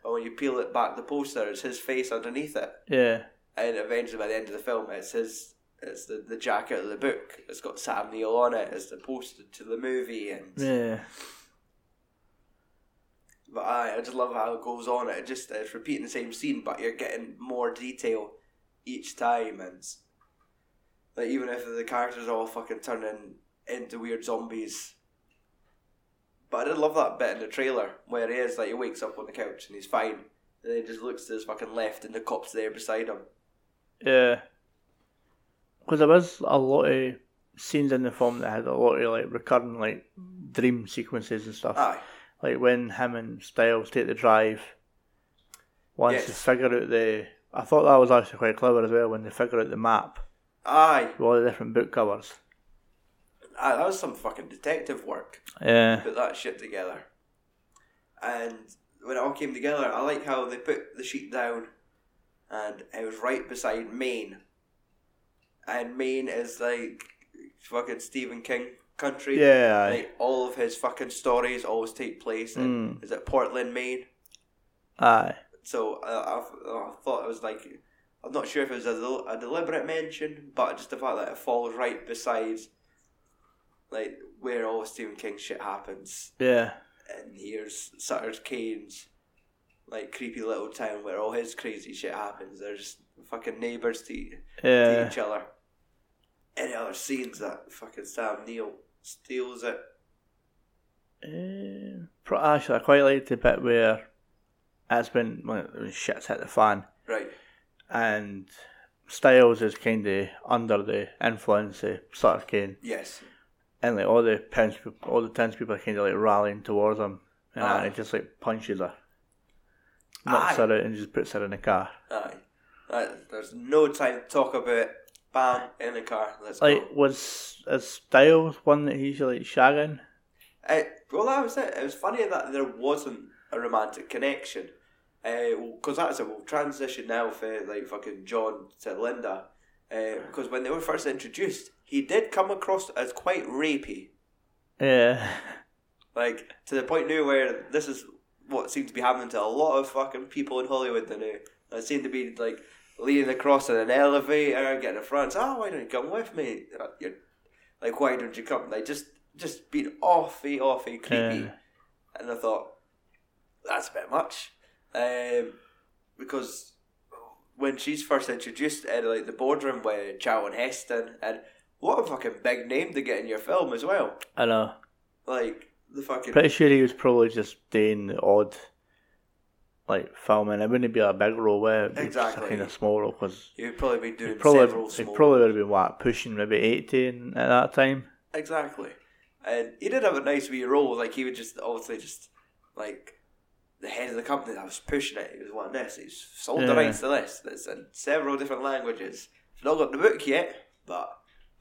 S2: And when you peel it back, the poster it's his face underneath it,
S3: Yeah,
S2: and eventually by the end of the film, it's his it's the, the jacket of the book. It's got Sam Neill on it. It's the poster to the movie, and
S3: yeah,
S2: but I I just love how it goes on. It just it's repeating the same scene, but you're getting more detail each time, and s- like even if the characters all fucking turning into weird zombies. But I did love that bit in the trailer where he is like he wakes up on the couch and he's fine, and then he just looks to his fucking left and the cops there beside him.
S3: yeah. Because there was a lot of scenes in the film that had a lot of like recurring like dream sequences and stuff.
S2: Aye,
S3: Like when him and Styles take the drive. Once they
S2: Yes.
S3: figure out the, I thought that was actually quite clever as well when they figure out the map
S2: aye,
S3: with all the different book covers.
S2: aye. That was some fucking detective work.
S3: Yeah,
S2: put that shit together. And when it all came together, I like how they put the sheet down, and it was right beside Maine. And Maine is like fucking Stephen King country.
S3: yeah, aye.
S2: Like all of his fucking stories always take place in is it Portland, Maine?
S3: aye,
S2: So uh, I, I thought it was like I'm not sure if it was a, del- a deliberate mention, but just the fact that it falls right beside like where all Stephen King shit happens
S3: yeah,
S2: and here's Sutter's Kane's like creepy little town where all his crazy shit happens. They're just fucking neighbours to, e-, to
S3: yeah,
S2: each other. Any other scenes that fucking Sam Neill steals it?
S3: Eh, pro- Actually, I quite liked the bit where that's when, when shit's hit the fan
S2: Right.
S3: and Styles is kind of under the influence of Sutter Kane
S2: Yes.
S3: and like all the townspeople, all the townspeople are kind of like rallying towards him and
S2: Aye.
S3: he just like punches her, knocks
S2: Aye.
S3: her out and just puts her in the car.
S2: Aye. That- there's no time to talk about it. Bam, in the car. Let's go.
S3: Like was is Styles one that he's like shagging?
S2: Uh, well, that was it. It was funny that there wasn't a romantic connection. Because that's it. We'll transition now for like fucking John to Linda. Because when they were first introduced, he did come across as quite rapey.
S3: Yeah,
S2: Like, to the point now where this is what seems to be happening to a lot of fucking people in Hollywood now. They seem to be like leaning across in an elevator, getting in front. Oh, why don't you come with me? Uh, You're, like, why don't you come? Like, just just being awfully, awfully creepy.
S3: Yeah.
S2: And I thought, that's a bit much. Um, because when she's first introduced in like the boardroom with Chow and Heston, and what a fucking big name to get in your film as well.
S3: [LAUGHS] I know.
S2: Like, the fucking.
S3: Pretty sure he was probably just doing the odd, like filming. It wouldn't be a big role, where it'd be just
S2: Exactly.
S3: a kind of small role because
S2: You'd probably be doing several
S3: probably he
S2: small.
S3: probably would have been what pushing maybe eighty in, at that time.
S2: Exactly. And he did have a nice wee role. Like, he would just obviously just, like, the head of the company that was pushing it. He was wanting this. He's sold
S3: Yeah.
S2: the rights to this. That's in several different languages. I've not got the book yet, but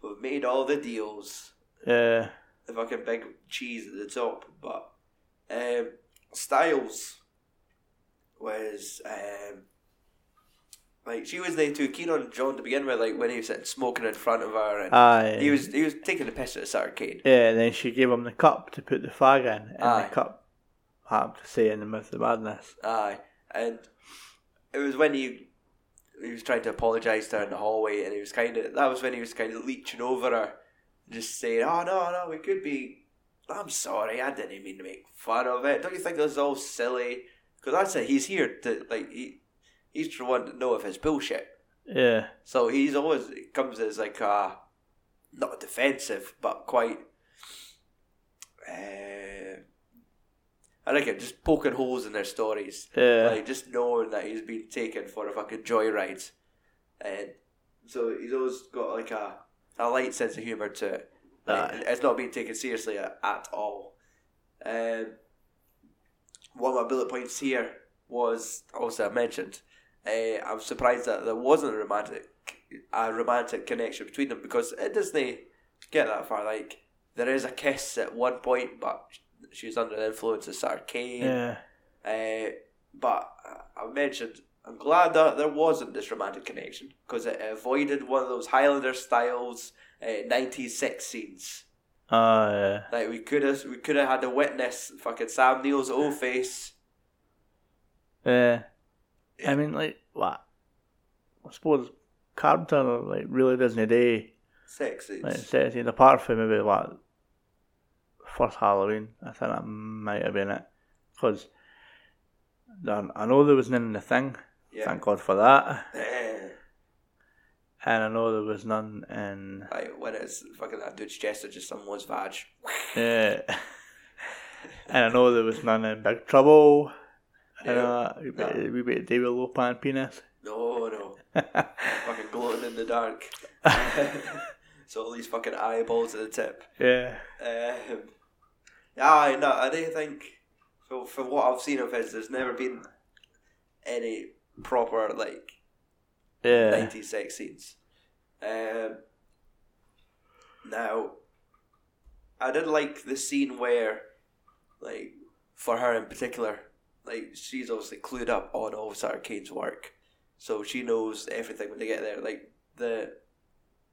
S2: we've made all the deals.
S3: Yeah.
S2: The fucking big cheese at the top. But um, Styles was um, like she was there too keen on John to begin with. Like when he was sitting smoking in front of her, and
S3: Aye.
S2: he was he was taking the piss at Sarah Kane.
S3: Yeah, and then she gave him the cup to put the fag in, and
S2: Aye.
S3: the cup happened to say in the mouth of madness.
S2: Aye, and it was when he he was trying to apologise to her in the hallway, and he was kind of that was when he was kind of leeching over her, just saying, "Oh no, no, we could be. I'm sorry, I didn't mean to make fun of it. Don't you think this is all silly? Because that's it. He's here to like he he's the one to know if it's bullshit.
S3: Yeah,
S2: So he's always it comes as like a not defensive, but quite. Uh, I like it, just poking holes in their stories.
S3: yeah,
S2: Like just knowing that he's been taken for a fucking joyride, and so he's always got like a, a light sense of humour to it. Like,
S3: Aye.
S2: It's not being taken seriously at, at all. Um, one of my bullet points here was also I mentioned. Uh, I'm surprised that there wasn't a romantic a romantic connection between them because it doesn't get that far. Like there is a kiss at one point, but she's under the influence of Sarkane.
S3: yeah,
S2: Uh, but uh, I mentioned, I'm glad that there wasn't this romantic connection because it avoided one of those Highlander styles uh, 90s sex scenes.
S3: Ah, yeah.
S2: Like we could have, we could have had a witness, fucking Sam Neill's old face.
S3: yeah. I mean, like, what? I suppose Carpenter like really doesn't do
S2: Sex scenes.
S3: like sex scenes apart from maybe like first Halloween. I think that might have been it because I know there was none in the thing.
S2: yeah.
S3: Thank God for that.
S2: Eh,
S3: And I know there was none in.
S2: [LAUGHS] like when it's fucking that dude's chest or just someone's vag.
S3: Yeah. eh, [LAUGHS] and I know there was none in Big Trouble. And
S2: Yeah.
S3: uh, we bit, we bit of David Lopan penis. [LAUGHS]
S2: No, no. fucking gloating in the dark. [LAUGHS] so all these fucking eyeballs at the tip.
S3: yeah.
S2: Um, aye, no, I do think for for what I've seen of his, there's never been any proper like
S3: Yeah.
S2: nineties sex scenes. Um, now, I did like the scene where, like, for her in particular, like she's obviously clued up on all of Sarah Kane's work, so she knows everything when they get there. Like the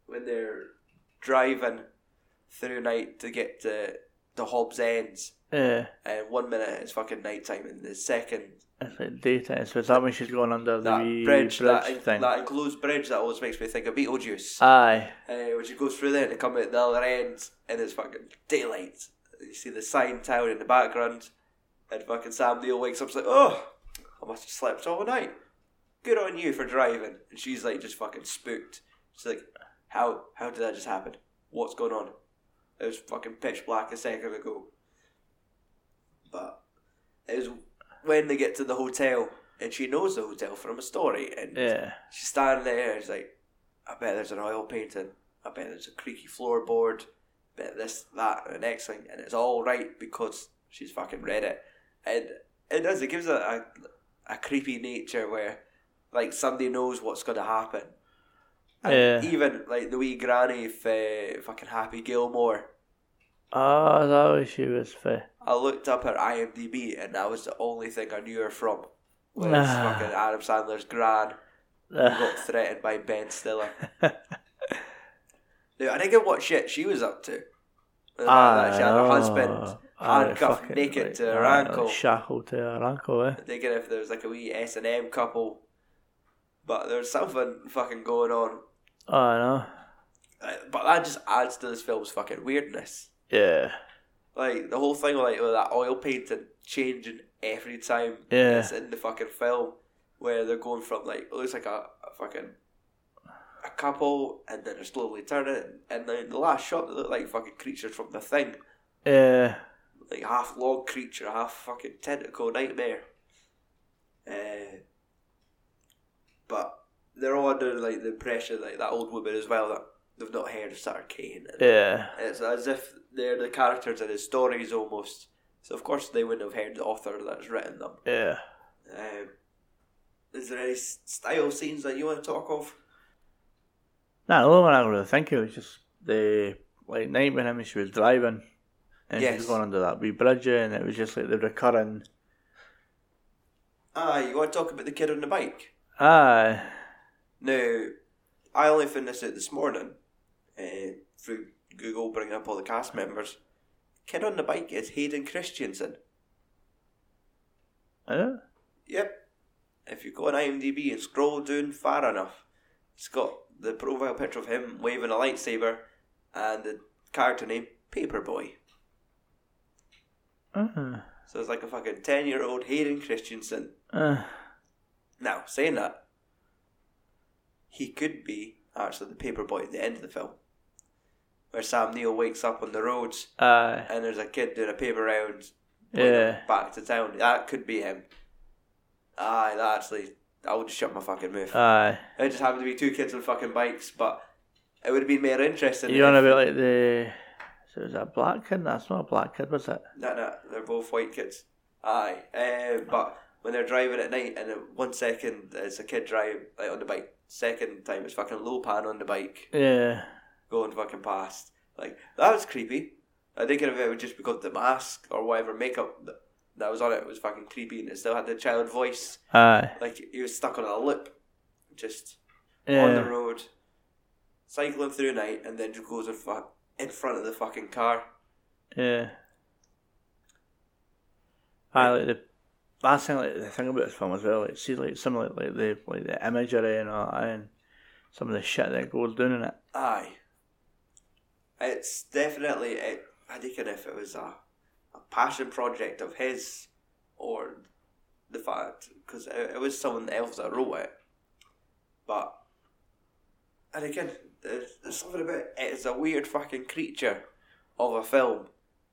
S2: when they're driving through night to get to the Hobbs Ends,
S3: Yeah.
S2: and one minute it's fucking nighttime, and the second
S3: It's like daytime. So is that when she's going under the
S2: that
S3: wee
S2: bridge, that,
S3: thing?
S2: that enclosed bridge that always makes me think of Beetlejuice.
S3: Aye.
S2: Uh, when you go through there and come out the other end, and it's fucking daylight. You see the sign tower in the background, and fucking Sam Neill wakes up, it's like, oh, I must have slept all night. Good on you for driving. And she's like, just fucking spooked. She's like, how how did that just happen? What's going on? It was fucking pitch black a second ago. But it was when they get to the hotel, and she knows the hotel from a story, and
S3: Yeah.
S2: She's standing there. She's like, I bet there's an oil painting. I bet there's a creaky floorboard. I bet this, that, and the next thing. And it's all right because she's fucking read it. And it does. It gives it a, a, creepy nature where, like, somebody knows what's going to happen.
S3: Yeah.
S2: And even, like, the wee granny f- fucking Happy Gilmore.
S3: Oh, that was she was for.
S2: I looked up her IMDb and that was the only thing I knew her from. Was
S3: Nah.
S2: fucking Adam Sandler's gran who got threatened by Ben Stiller. Now, I didn't get what shit she was up to. Uh,
S3: Ah,
S2: that she had her husband handcuffed naked to her ankle.
S3: Shackled to her ankle, eh?
S2: thinking if there was like a wee S and M couple, but there's something fucking going on.
S3: Oh, I know.
S2: Uh, But that just adds to this film's fucking weirdness.
S3: Yeah.
S2: Like the whole thing, like with that oil painting changing every time
S3: Yeah.
S2: it's in the fucking film, where they're going from like it looks like a, a fucking a couple, and then they're slowly turning, and then the last shot they look like fucking creatures from the thing.
S3: Yeah.
S2: like half log creature, half fucking tentacle nightmare. Uh, but they're all under like the impression, like that old woman as well, that they've not heard of Sarah Kane. And
S3: Yeah.
S2: It's as if they're the characters in his stories almost. So of course they wouldn't have heard the author that's written them.
S3: Yeah.
S2: Um, is there any s- style scenes that you want to talk of?
S3: Nah, the only one I can really think of was just the like night when him and she was driving and she
S2: Yes.
S3: was going under that wee bridge eh, and it was just like the recurring
S2: Ah, you want to talk about the kid on the bike?
S3: Ah
S2: Now, I only found this out this morning uh, through Google bringing up all the cast members. Kid on the bike is Hayden Christensen.
S3: eh?
S2: Yep. If you go on IMDb and scroll down far enough, it's got the profile picture of him waving a lightsaber and the character name Paperboy.
S3: Uh,
S2: So it's like a fucking 10 year old Hayden Christensen.
S3: uh,
S2: Now, saying that, he could be actually the paperboy at the end of the film, where Sam Neill wakes up on the roads
S3: aye.
S2: and there's a kid doing a paper round going
S3: yeah.
S2: back to town. That could be him. Aye, that actually, I would just shut my fucking mouth.
S3: Aye.
S2: it just happened to be two kids on fucking bikes, but it would have been more interesting.
S3: You on
S2: if-
S3: about like the so is that a black kid? That's not a black kid, was it?
S2: No, no, they're both white kids. Aye, eh, but when they're driving at night, and in one second it's a kid driving like, on the bike, second time it's fucking Lopan on the bike
S3: Yeah.
S2: going fucking past. Like that was creepy. I think if it would just because the mask or whatever makeup th- that was on it was fucking creepy, and it still had the child voice.
S3: Aye.
S2: Like he was stuck on a lip, just on the
S3: Yeah.
S2: road, cycling through night, and then just goes in, fu- in front of the fucking car.
S3: Yeah. Aye, like the last thing like the thing about this film as well, like see like some like, like the like the imagery and all that and some of the shit that goes down in it.
S2: Aye. It's definitely it, I reckon if it was a, a passion project of his or the fact because it, it was someone else that wrote it. But and again, there's, there's something about it. It's a weird fucking creature of a film.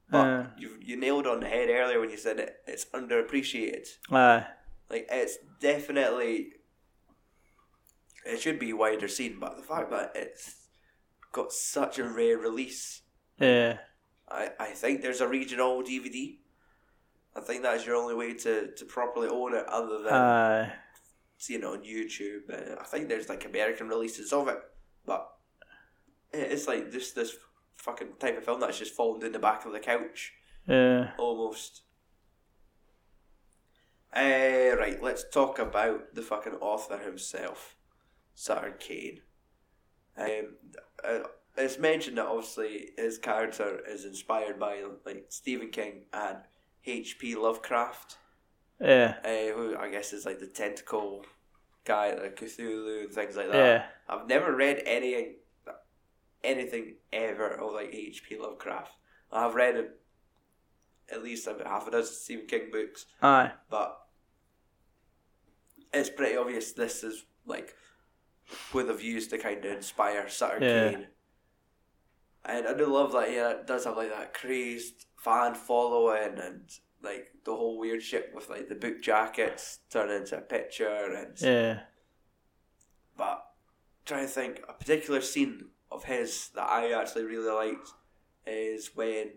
S2: But
S3: Yeah.
S2: you you nailed on the head earlier when you said it, it's underappreciated.
S3: Aye.
S2: Like it's definitely it should be wider seen, but the fact that it's got such a rare release,
S3: Yeah.
S2: I, I think there's a regional DVD. I think that's your only way to, to properly own it, other than
S3: Aye.
S2: seeing it on YouTube. And I think there's like American releases of it, but it- it's like this this fucking type of film that's just fallen in the back of the couch
S3: Yeah.
S2: almost. Uh, right, let's talk about the fucking author himself, Saturn Kane. Um, uh, it's mentioned that obviously his character is inspired by like Stephen King and H.P. Lovecraft,
S3: Yeah.
S2: uh, who I guess is like the tentacle guy, like Cthulhu and things like that.
S3: Yeah.
S2: I've never read any anything ever of like H.P. Lovecraft. I've read a, at least about half a dozen Stephen King books,
S3: Aye.
S2: but it's pretty obvious this is like with a views to kind of inspire Sutter
S3: Yeah.
S2: Kane. And I do love that. Yeah, it does have like that crazed fan following and like the whole weird shit with like the book jackets turned into a picture and
S3: Yeah.
S2: but trying to think a particular scene of his that I actually really liked is when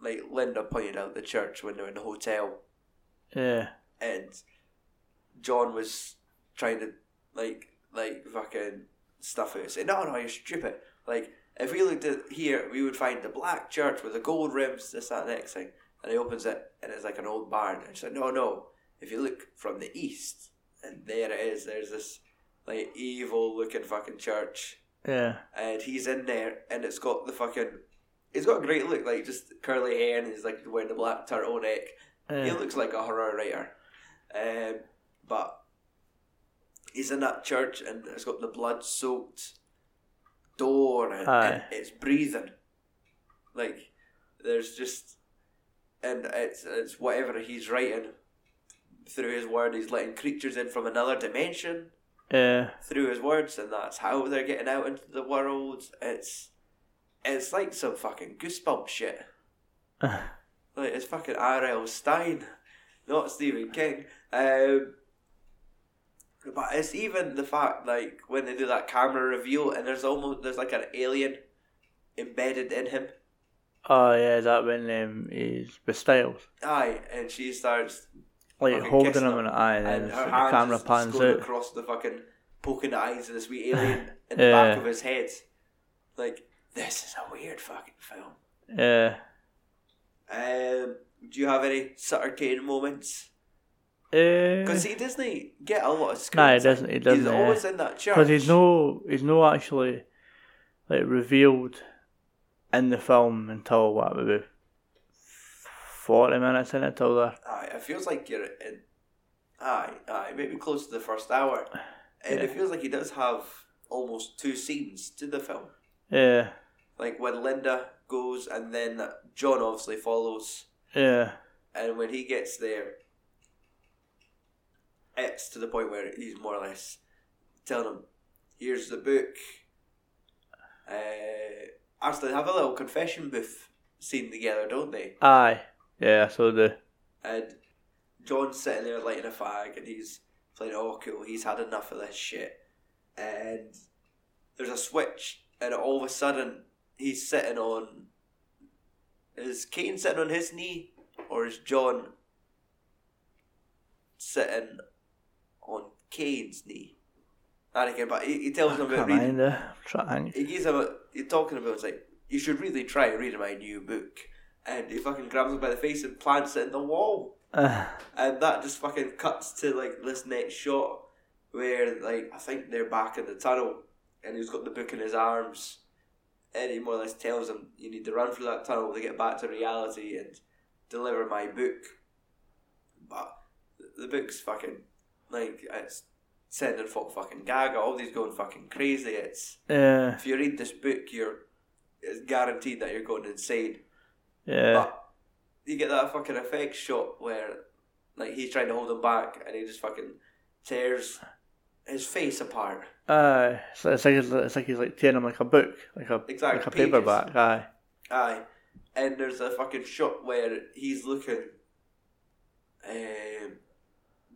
S2: like Linda pointed out the church when they were in the hotel
S3: Yeah.
S2: and John was trying to like like fucking stuff it say no no you're stupid like if we looked at here we would find the black church with the gold rims this that and the next thing and he opens it and it's like an old barn and she said no no if you look from the east and there it is there's this like evil looking fucking church
S3: Yeah.
S2: and he's in there, and it's got the fucking. He's got a great look, like just curly hair, and he's like wearing the black turtleneck. He
S3: Yeah.
S2: looks like a horror writer, um, but he's in that church, and it's got the blood-soaked door, and, and
S3: Aye.
S2: it's breathing. Like there's just, and it's it's whatever he's writing through his word. He's letting creatures in from another dimension
S3: Yeah. [LAUGHS]
S2: through his words, and that's how they're getting out into the world. It's it's like some fucking goosebump shit. Like it's fucking R.L. Stein, not Stephen King. Um, but it's even the fact like when they do that camera reveal, and there's almost there's like an alien embedded in him.
S3: Oh yeah, is that when um, he's with Styles,
S2: Aye, and she starts
S3: like
S2: Fucking
S3: holding
S2: kissing
S3: him
S2: him.
S3: in the eye, and, then
S2: and
S3: it's
S2: her
S3: like the
S2: hand
S3: camera
S2: just
S3: pans
S2: going
S3: out.
S2: across the fucking poking the eyes of this
S3: [LAUGHS]
S2: wee alien in the
S3: Yeah.
S2: back of his head. Like this is a weird fucking film.
S3: Yeah.
S2: Um, do you have any Sutter Kane moments? Because
S3: Because
S2: he doesn't get a lot of screen.
S3: Nah, he
S2: time.
S3: doesn't- he doesn't,
S2: He's
S3: yeah.
S2: always in that church.
S3: he's no, he's no actually like revealed in the film until what maybe forty minutes in it till there.
S2: Aye, it feels like you're in. Aye, aye, maybe close to the first hour, and it
S3: Yeah.
S2: feels like he does have almost two scenes to the film.
S3: Yeah,
S2: Like when Linda goes, and then John obviously follows.
S3: yeah,
S2: And when he gets there, it's to the point where he's more or less telling him, "Here's the book." Uh, actually, they have a little confession booth scene together, don't they?
S3: aye, yeah. So the
S2: And John's sitting there lighting a fag, and he's playing, "Oh, cool, he's had enough of this shit." And there's a switch, and all of a sudden, he's sitting on. Is Kane sitting on his knee, or is John sitting on Kane's knee? I don't care, but he, he tells him about
S3: can't
S2: reading
S3: mind, uh, I'm trying to think.
S2: he gives him a, he's talking about it's like you should really try reading my new book and he fucking grabs him by the face and plants it in the wall
S3: uh,
S2: and that just fucking cuts to like this next shot where like I think they're back in the tunnel and he's got the book in his arms and he more or less tells him you need to run through that tunnel to get back to reality and deliver my book but the book's fucking like it's sending fuck fucking gaga all these going fucking crazy it's
S3: yeah,
S2: if you read this book, you're it's guaranteed that you're going insane.
S3: yeah,
S2: But you get that fucking effect shot where, like, he's trying to hold him back, and he just fucking tears his face apart.
S3: aye. So it's like it's, like- it's like he's like tearing him like a book, like a
S2: Exact
S3: like a
S2: pages.
S3: paperback. Aye,
S2: Aye, and there's a fucking shot where he's looking. Um,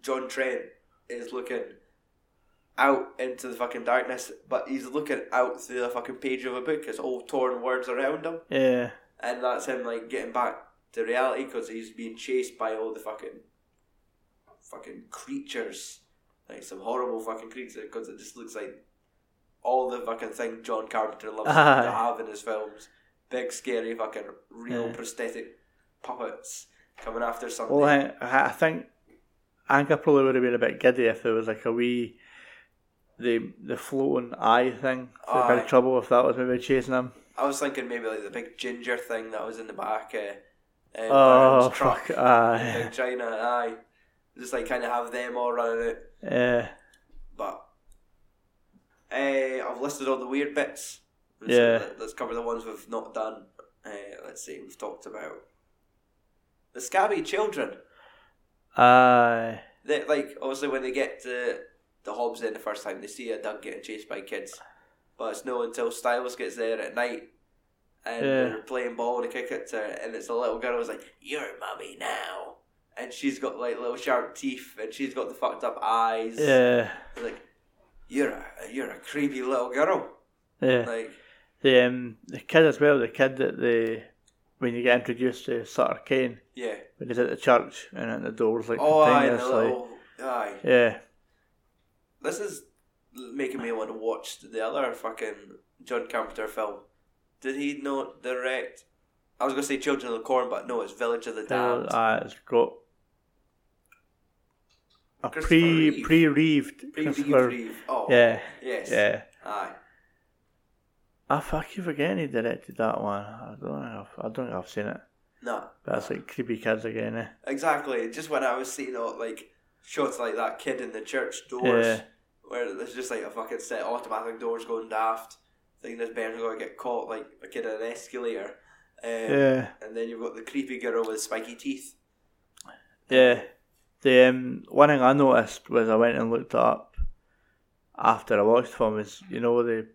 S2: John Trent is looking out into the fucking darkness, but he's looking out through the fucking page of a book. It's all torn words around him.
S3: yeah,
S2: and that's him like getting back to reality because he's being chased by all the fucking fucking creatures like some horrible fucking creature because it just looks like all the fucking thing John Carpenter
S3: [LAUGHS]
S2: loves to
S3: Aye.
S2: have in his films big scary fucking real
S3: Yeah.
S2: prosthetic puppets coming after something
S3: Well, I, I I think I think I probably would have been a bit giddy if there was like a wee the the floating eye thing. for the
S2: Aye.
S3: big trouble if that was maybe chasing him.
S2: I was thinking maybe like the big ginger thing that was in the back uh, uh,
S3: oh
S2: Darren's
S3: fuck!
S2: truck in
S3: Aye,
S2: Big China aye just like kind of have them all running out
S3: yeah,
S2: But uh, I've listed all the weird bits. Let's-
S3: Yeah.
S2: Let's cover the ones we've not done. Uh, let's see, we've talked about the scabby children.
S3: aye,
S2: They like obviously when they get to the Hobbs End the first time, they see a Doug getting chased by kids. But it's no until Styles gets there at night and
S3: Yeah.
S2: they're playing ball and they kick it to her, and it's a little girl who's like, "You're mummy now," and she's got like little sharp teeth and she's got the fucked up eyes.
S3: yeah,
S2: Like, you're a you're a creepy little girl.
S3: yeah.
S2: Like,
S3: The um the kid as well. The kid that the when you get introduced to Sutter Kane
S2: yeah.
S3: when he's at the church and at the doors like
S2: Oh, aye, the
S3: continuous, like,
S2: little aye.
S3: yeah,
S2: This is making me want to watch the other fucking John Carpenter film. Did he not direct? I was gonna say Children of the Corn, but no, it's Village of the Damned.
S3: aye, it's got. A
S2: Christopher
S3: pre
S2: Reeve.
S3: pre reeved
S2: Pre-Reeve Reeve. Oh,
S3: Yeah.
S2: Yes.
S3: Yeah.
S2: Aye.
S3: I fucking forget he directed that one. I don't know. If, I don't think I've seen it.
S2: No.
S3: But it's like creepy kids again. Eh?
S2: Exactly. Just when I was seeing all like shots like that kid in the church doors,
S3: Yeah.
S2: where there's just like a fucking set of automatic doors going daft, thinking this bear's gonna get caught like a kid in an escalator. Um,
S3: Yeah.
S2: And then you've got the creepy girl with spiky teeth.
S3: Yeah. The um, one thing I noticed was I went and looked it up after I watched the film is you know the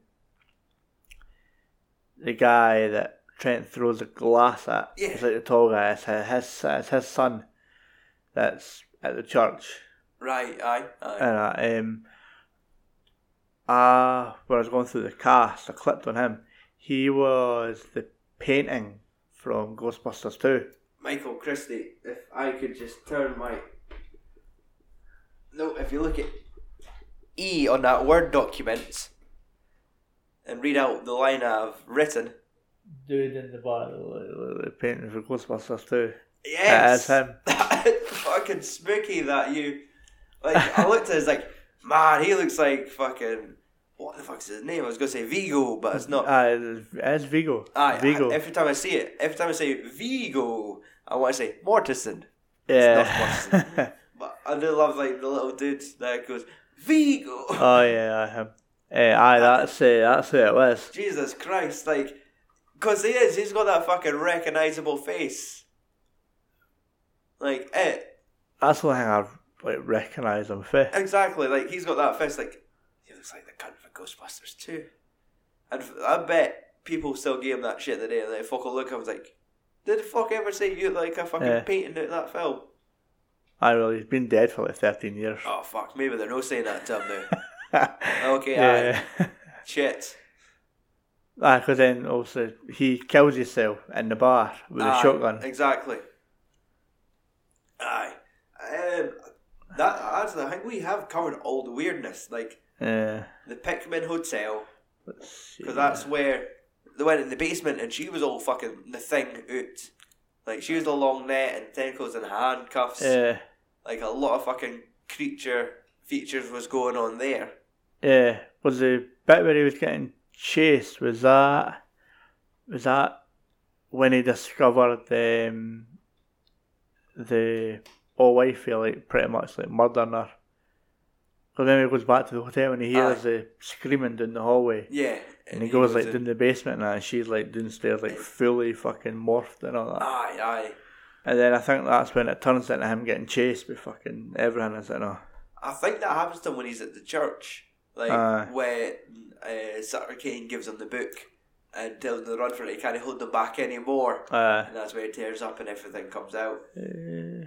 S3: the guy that Trent throws a glass at.
S2: Yeah.
S3: It's like the tall guy. It's hi- his it's his son that's at the church.
S2: Right, aye, aye.
S3: And I, um, uh, when I was going through the cast, I clipped on him. He was the painting for from Ghostbusters 2.
S2: Michael Christie, if I could just turn my. No, if you look at E on that Word document and read out the line I've written.
S3: Dude in the bar, the, the painting for Ghostbusters 2.
S2: Yes! [LAUGHS]
S3: That is him.
S2: fucking spooky that you. Like, I looked at it, it's like, man, he looks like fucking. What the fuck's his name? I was going to say Vigo, but it's not.
S3: Ah, it is- it is Vigo.
S2: Aye,
S3: Vigo.
S2: I- every time I see it, every time I say Vigo, I want to say Mortison. it's not
S3: yeah.
S2: But I do love like the little dude that goes Vigo.
S3: [LAUGHS] oh yeah, aye, him. Eh, aye, that's uh, that's who it was.
S2: [LAUGHS] Jesus Christ, like, because he is, he's got that fucking recognizable face. Like, eh,
S3: That's the only thing I like recognise him for.
S2: exactly, like, he's got that face, like, he looks like the cunt for Ghostbusters too. And f- I bet people still gave him that shit today, and they fucking look at him like, did the fuck ever say you like a fucking
S3: Yeah.
S2: painting out that film?
S3: I really, he's been dead for like thirteen years.
S2: Oh fuck, maybe they're no saying that to him now.
S3: okay.
S2: okay, aye.
S3: [LAUGHS] Yeah.
S2: Shit.
S3: Ah, because then also he kills himself in the bar with a
S2: Aye,
S3: shotgun.
S2: Exactly. Aye. Um, that that's the thing. We have covered all the weirdness, like
S3: Yeah.
S2: the Pikmin Hotel,
S3: Let's see.
S2: because that's where they went in the basement, and she was all fucking the thing out. Like she was the long net and tentacles and handcuffs.
S3: Yeah.
S2: Like a lot of fucking creature features was going on there.
S3: Yeah. Was the bit where he was getting chased? Was that? Was that when he discovered um, the old wife? Like pretty much like murdering her. Because then he goes back to the hotel and he hears
S2: Aye.
S3: the screaming down the hallway.
S2: Yeah,
S3: And he goes like
S2: in-
S3: down the basement and that, and she's like downstairs like fully fucking morphed and all that.
S2: aye, aye.
S3: And then I think that's when it turns into him getting chased by fucking everything, is it not?
S2: I think that happens to him when he's at the church, like
S3: Aye.
S2: where uh, Sutter Kane gives him the book and tells him to run for it. He can't hold them back anymore,
S3: Uh,
S2: and that's where he tears up and everything comes out.
S3: eh,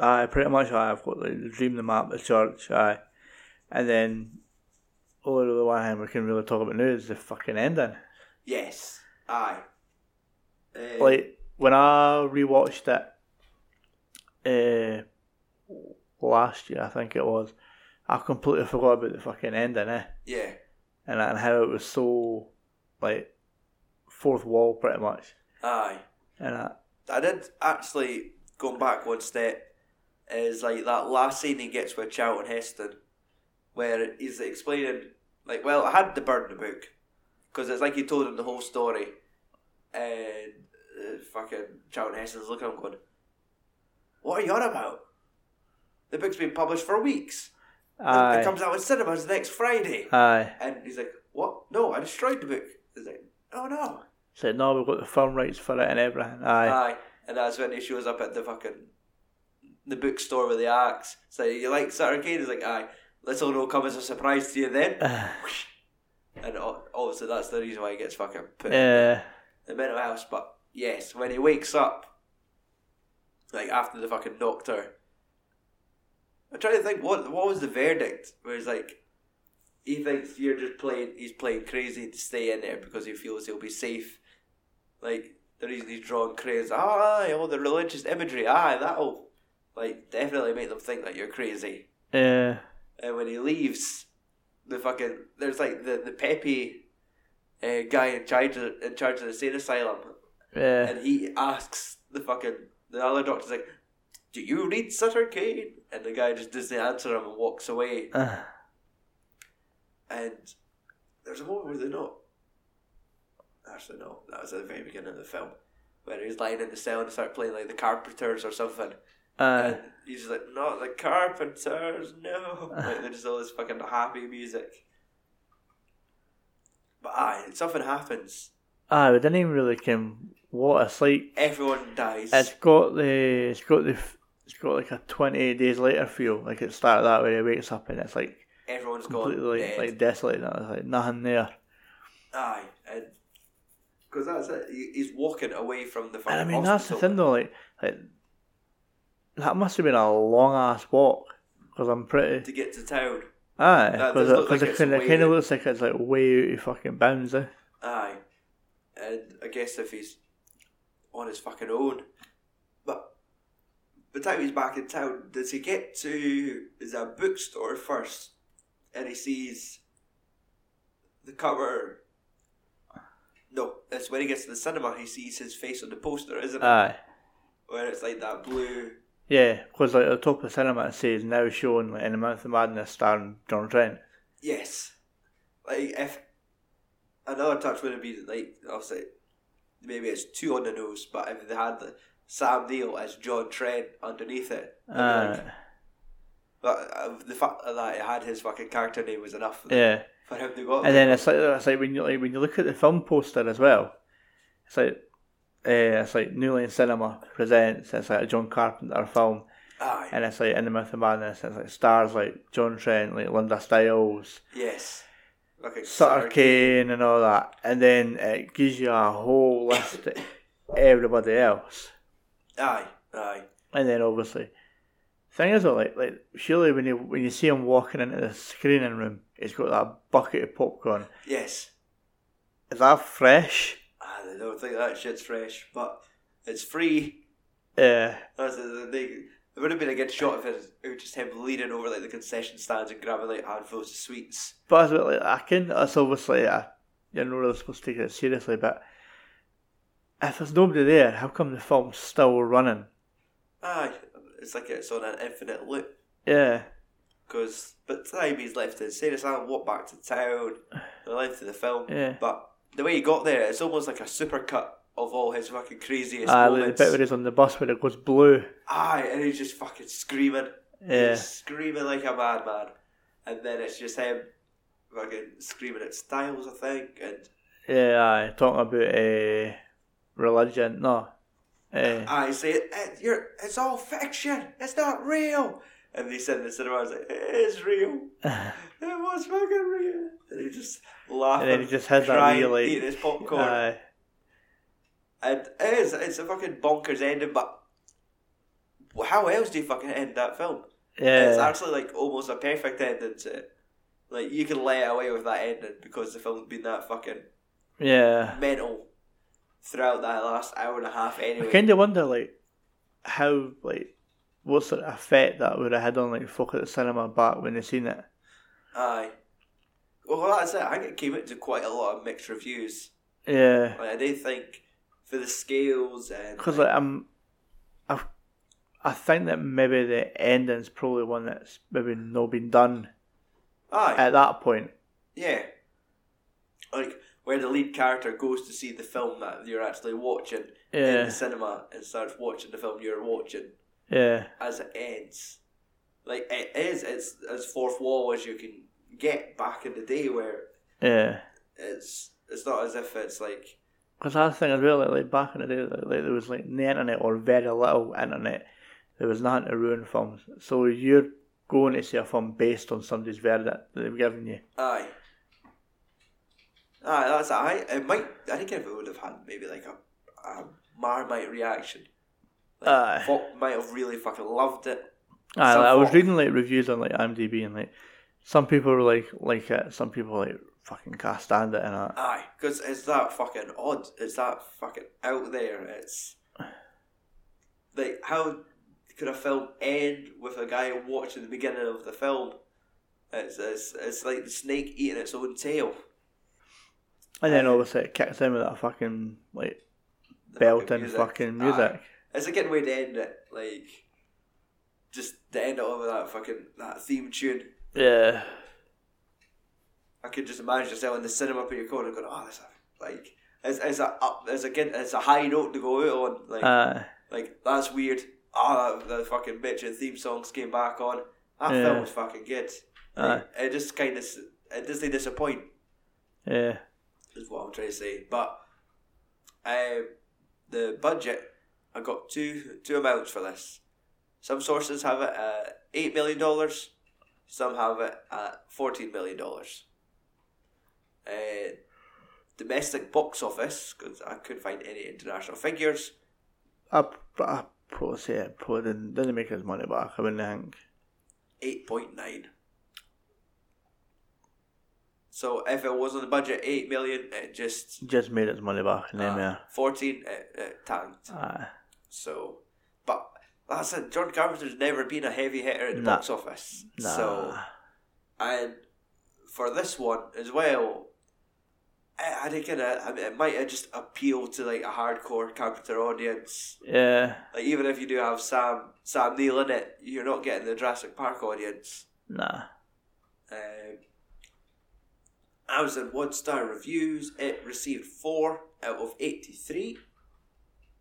S3: aye, pretty much aye, I've got like, the dream the map, the church, aye. And then, only the one thing we can really talk about now is the fucking ending.
S2: Yes, aye. Uh,
S3: Like, when I rewatched it uh, last year, I think it was, I completely forgot about the fucking ending, eh?
S2: yeah,
S3: And, and how it was so, like, fourth wall pretty much.
S2: aye.
S3: And I,
S2: I did actually going back one step. Is like that last scene he gets with Charlton Heston, where he's explaining like, well, I had to burn the book because it's like he told him the whole story, and uh, fucking Charlton Heston's looking at him going, "What are you on about? The book's been published for weeks. It-
S3: aye.
S2: It comes out in cinemas next Friday."
S3: Aye.
S2: And he's like, "What? No, I destroyed the book." He's like, "Oh no."
S3: Said no, we've got the film rights for it and everything. Aye.
S2: Aye. And that's when he shows up at the fucking the bookstore with the axe. So you like Sutter Kane? He's like, aye, this will all come as a surprise to you then. And o- obviously that's the reason why he gets fucking put in
S3: [SIGHS] yeah.
S2: the mental house. But yes, when he wakes up, like after the fucking doctor, I'm trying to think what what was the verdict? Where he's like, he thinks you're just playing. He's playing crazy to stay in there because he feels he'll be safe. Like the reason he's drawing cranes, ah, aye, all the religious imagery, ah, that'll like definitely make them think that you're crazy.
S3: Yeah.
S2: And when he leaves, the fucking there's like the the peppy uh, guy in charge of, in charge of the sane asylum,
S3: Yeah.
S2: and he asks the fucking the other doctor's like, "Do you read Sutter Kane?" And the guy just doesn't answer him and walks away.
S3: Uh,
S2: And there's a moment where they're not. Actually, no, that was at the very beginning of the film, where he's lying in the cell and they start playing like the Carpenters or something.
S3: aye.
S2: And he's just like, not the carpenters,
S3: [LAUGHS]
S2: no. Like, they're just all this fucking happy music. But aye, something happens.
S3: Aye, we didn't even really come what it's like.
S2: Everyone dies.
S3: It's got the it's got the f- it's got like a twenty eight days later feel. Like it started that way, he wakes up and it's like
S2: Everyone's gone.
S3: completely like,
S2: dead.
S3: like desolate and there's like nothing there.
S2: aye, and because that's it. He- He's walking away from the fucking
S3: And I mean that's the
S2: hospital.
S3: thing though, like, like that must have been a long ass walk. Because I'm pretty.
S2: To get to town.
S3: Aye.
S2: That
S3: Because
S2: does look like
S3: it,
S2: it's
S3: kind of
S2: way
S3: kind
S2: out.
S3: of looks like it's like way out of fucking bounds, eh?
S2: Aye, and I guess if he's on his fucking own. But by the time he's back in town, does he get to is a bookstore first, and he sees the cover? No, it's when he gets to the cinema. He sees his face on the poster, isn't it?
S3: Aye.
S2: Where it's like that blue.
S3: Yeah, because like at the top of the cinema it says now shown like, in the Mouth of Madness starring John Trent.
S2: Yes. Like if another touch would have been like obviously maybe it's two on the nose, but if they had the Sam Neill as John Trent underneath it, I'd be
S3: Uh,
S2: like- but uh, the fact that it had his fucking character name was enough for,
S3: yeah,
S2: for him to go.
S3: and then it's like it's like when you like when you look at the film poster as well, it's like. Uh, it's like New Line Cinema presents. It's like a John Carpenter film,
S2: Aye.
S3: and it's like in the mouth of madness. It's like stars like John Trent, like Linda Stiles,
S2: yes. Okay.
S3: Sutter Kane, and all that. And then it gives you a whole list of everybody else.
S2: Aye. Aye.
S3: And then obviously, thing is, though, like, like surely when you when you see him walking into the screening room, he's got that bucket of popcorn.
S2: Yes.
S3: Is that fresh?
S2: I don't think that shit's fresh, but it's free.
S3: Yeah,
S2: That's the, the thing. It would have been a good shot if it was- it was just him leaning over like the concession stands and grabbing like handfuls of sweets.
S3: but as well, like I can. That's obviously a, you're not really supposed to take it seriously, but if there's nobody there, how come the film's still running?
S2: Aye, Ah, it's like it's on an infinite loop.
S3: Yeah,
S2: Because but the time he's left in Sarah Sam walked back to town, the length of the film.
S3: Yeah.
S2: But the way he got there, it's almost like a supercut of all his fucking craziest
S3: uh, like
S2: moments.
S3: the bit where he's on the bus where it goes blue.
S2: Aye, and he's just fucking screaming.
S3: Yeah,
S2: He's screaming like a madman. And then it's just him fucking screaming at Styles, I think. And
S3: yeah, aye. talking about uh, religion. No, uh,
S2: I say, "Eh, you're, it's all fiction. It's not real. And they said in the cinema, I was like, it is
S3: [LAUGHS]
S2: real. It was fucking real. And he just laughing.
S3: and then he just has that uh,
S2: crying,
S3: wee like.
S2: eating his popcorn.
S3: aye.
S2: and it is, it's a fucking bonkers ending, but how else do you fucking end that film?
S3: Yeah.
S2: It's actually like almost a perfect ending to it. Like you can lay away with that ending because the film's been that fucking
S3: yeah.
S2: mental throughout that last hour and a half
S3: I
S2: anyway.
S3: kind of wonder, like, how, like, what sort of effect that would have had on, like, folk at the cinema back when they seen it.
S2: Aye. Well, that's it. I think it came into quite a lot of mixed reviews.
S3: Yeah.
S2: Like, I do think for the scales and
S3: Because, like, I'm. I, I think that maybe the ending's probably one that's maybe not been done
S2: aye,
S3: at that point.
S2: Yeah. Like where the lead character goes to see the film that you're actually watching in
S3: Yeah.
S2: the cinema and starts watching the film you're watching
S3: Yeah.
S2: as it ends. Like it is it's as fourth wall as you can get back in the day where
S3: Yeah.
S2: it's it's not as if it's like
S3: Because the thing as well, like, like, back in the day, like, like, there was, like, no internet or very little internet. There was nothing to ruin films. So you're going to see a film based on somebody's verdict that they've given you.
S2: aye. Aye, that's aye. It might I think if it would have had maybe like a, a Marmite reaction. Like,
S3: Aye.
S2: folk might have really fucking loved it.
S3: Aye,
S2: Some
S3: like, I was
S2: folk.
S3: reading like reviews on like IMDb and like some people were like like it, some people like fucking can't stand it and that.
S2: Aye, because it's that fucking odd. It's that fucking out there. It's like how could a film end with a guy watching the beginning of the film? It's it's, it's like the snake eating its own tail.
S3: And then
S2: Aye.
S3: obviously it kicks in with that fucking like
S2: The
S3: belting fucking music.
S2: Aye. It's a good way to end it. Like just to end it all with that fucking that theme tune.
S3: Yeah.
S2: I could just imagine yourself in the cinema up in your corner going, "Oh, that's a, like." It's, it's a up, it's a good, it's a high note to go out on. Like,
S3: Aye.
S2: Like, that's weird. Ah, the fucking bitch and theme songs came back on. That
S3: Yeah.
S2: film was fucking good.
S3: Aye.
S2: It, it just kind of, it doesn't disappoint,
S3: yeah.
S2: is what I'm trying to say. But uh, the budget, I got two two amounts for this. Some sources have it at $8 million, some have it at $14 million. Uh, domestic box office, because I couldn't find any international figures,
S3: I, pr- I probably say it probably didn't, didn't make his money back, I wouldn't think.
S2: 8.9. So if it was on the budget, eight million, it just
S3: Just made its money back and then
S2: uh,
S3: uh,
S2: fourteen, it, it tanked.
S3: aye.
S2: So, but that's it. John Carpenter's never been a heavy hitter at the
S3: Nah.
S2: box office.
S3: nah.
S2: So and for this one as well, I, I think it, I mean, it might have just appealed to like a hardcore Carpenter audience.
S3: yeah,
S2: Like even if you do have Sam Sam Neill in it, you're not getting the Jurassic Park audience.
S3: nah.
S2: Um, I was in one star reviews. It received four out of eighty three.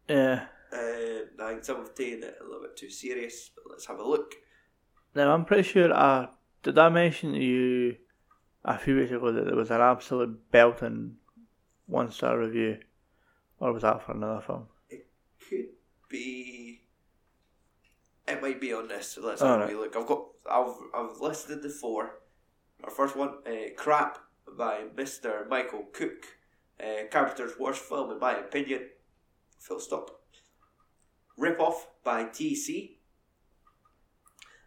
S3: Yeah.
S2: Um, I think some have taken it a little bit too serious, but let's have a look.
S3: Now I'm pretty sure I did I mention to you a few weeks ago that there was an absolute belting one star review. Or was that for another film?
S2: could be. It might be on this. So let's
S3: All
S2: have
S3: right.
S2: a wee look. I've got. I've I've listed the four. Our first one, uh, "Crap" by Mister Michael Cook. Uh, Carpenter's worst film, in my opinion. Full stop. Rip off by TC.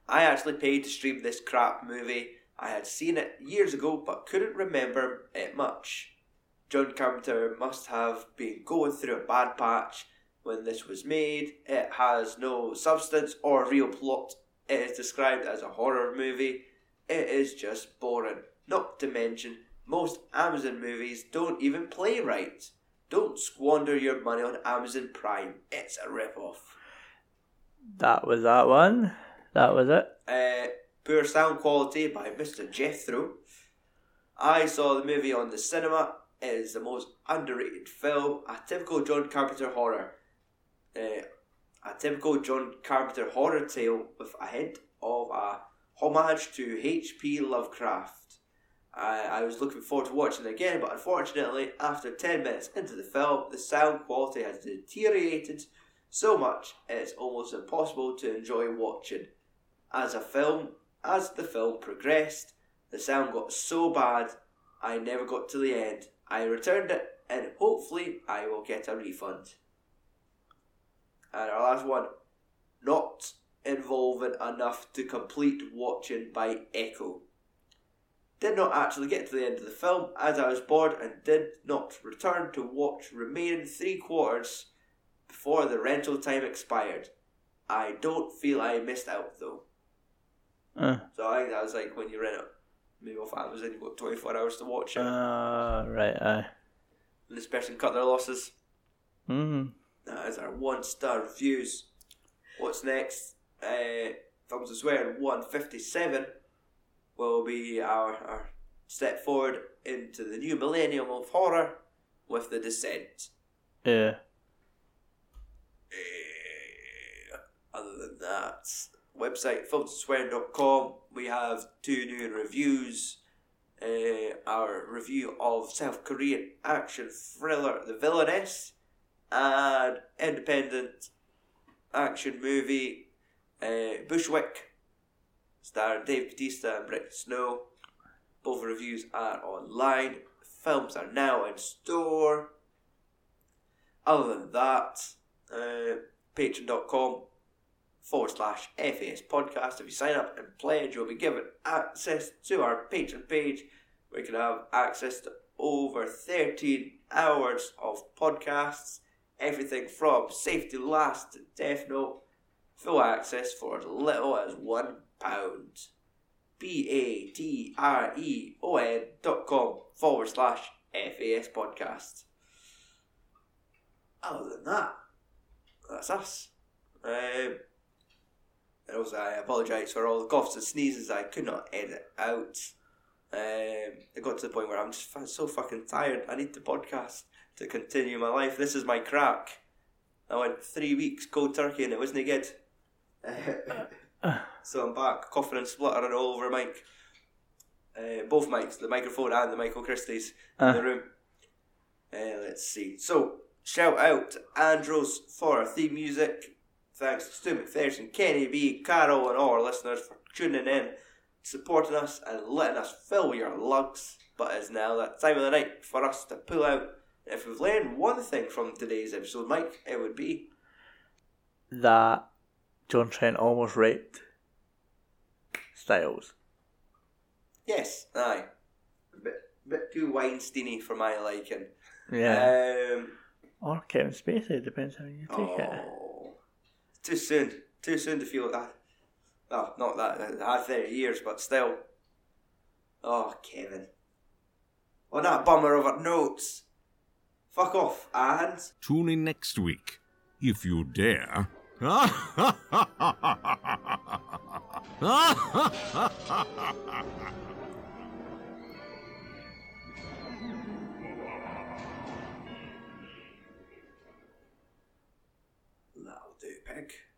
S2: I actually paid to stream this crap movie. I had seen it years ago, but couldn't remember it much. John Carpenter must have been going through a bad patch when this was made. It has no substance or real plot. It is described as a horror movie. It is just boring. Not to mention, most Amazon movies don't even play right. Don't squander your money on Amazon Prime. It's a rip-off.
S3: That was that one. That was it.
S2: Uh, poor sound quality by Mr. Jethro. I saw the movie on the cinema. It is the most underrated film. A typical John Carpenter horror. Uh, a typical John Carpenter horror tale with a hint of a homage to H.P. Lovecraft. I, I was looking forward to watching it again, but unfortunately, after 10 minutes into the film, the sound quality has deteriorated so much it's almost impossible to enjoy watching as a film, as the film progressed, the sound got so bad, I never got to the end. I returned it, and hopefully, I will get a refund. And our last one, not involving enough to complete watching by Echo. Did not actually get to the end of the film as I was bored and did not return to watch remaining three quarters before the rental time expired. I don't feel I missed out though.
S3: Uh,
S2: So I think that was like when you rent it, maybe off Amazon, you've got 24 hours to watch it.
S3: uh, right, aye.
S2: and this person cut their losses.
S3: Mm.
S2: That is our one star reviews. What's next? Uh, Thumbs and Swearing 157 will be our, our step forward into the new millennium of horror with The Descent.
S3: Yeah.
S2: Eh, other than that, website filmswearing.com, we have two new reviews. Uh, our review of South Korean action thriller The Villainess and independent action movie uh, Bushwick, starring Dave Bautista and Brett Snow. Both reviews are online. Films are now in store. Other than that, uh, patreon.com forward slash FAS podcast. If you sign up and pledge, you'll be given access to our patron page where you can have access to over 13 hours of podcasts, everything from Safety Last to Death Note, full access for as little as £1. B A T R E O N dot com forward slash FAS podcast. Other than that, that's us. Um, and also, I apologise for all the coughs and sneezes I could not edit out. Um, it got to the point where I'm just fu- so fucking tired. I need the podcast to continue my life. This is my crack. I went three weeks cold turkey and it wasn't good. so I'm back coughing and spluttering all over a mic. Uh, both mics, the microphone and the Michael Christie's in the
S3: Uh,
S2: room. Uh, let's see. So, shout out to Andros for our theme music. Thanks to Stu McPherson, Kenny B, Carol, and all our listeners for tuning in, supporting us, and letting us fill your lugs. But it's now that time of the night for us to pull out. If we've learned one thing from today's episode, Mike, it would be
S3: that John Trent almost raped Styles.
S2: yes, aye. But bit too Weinsteiny for my liking.
S3: Yeah.
S2: Um,
S3: or Kevin Spacey, depends how you take it.
S2: oh, too soon. Too soon to feel that. Well, not that. I had 30 years, but still. Oh, Kevin. On that bummer over notes. Fuck off, and
S1: Tune in next week, if you dare. [LAUGHS]
S2: that'll do, pig.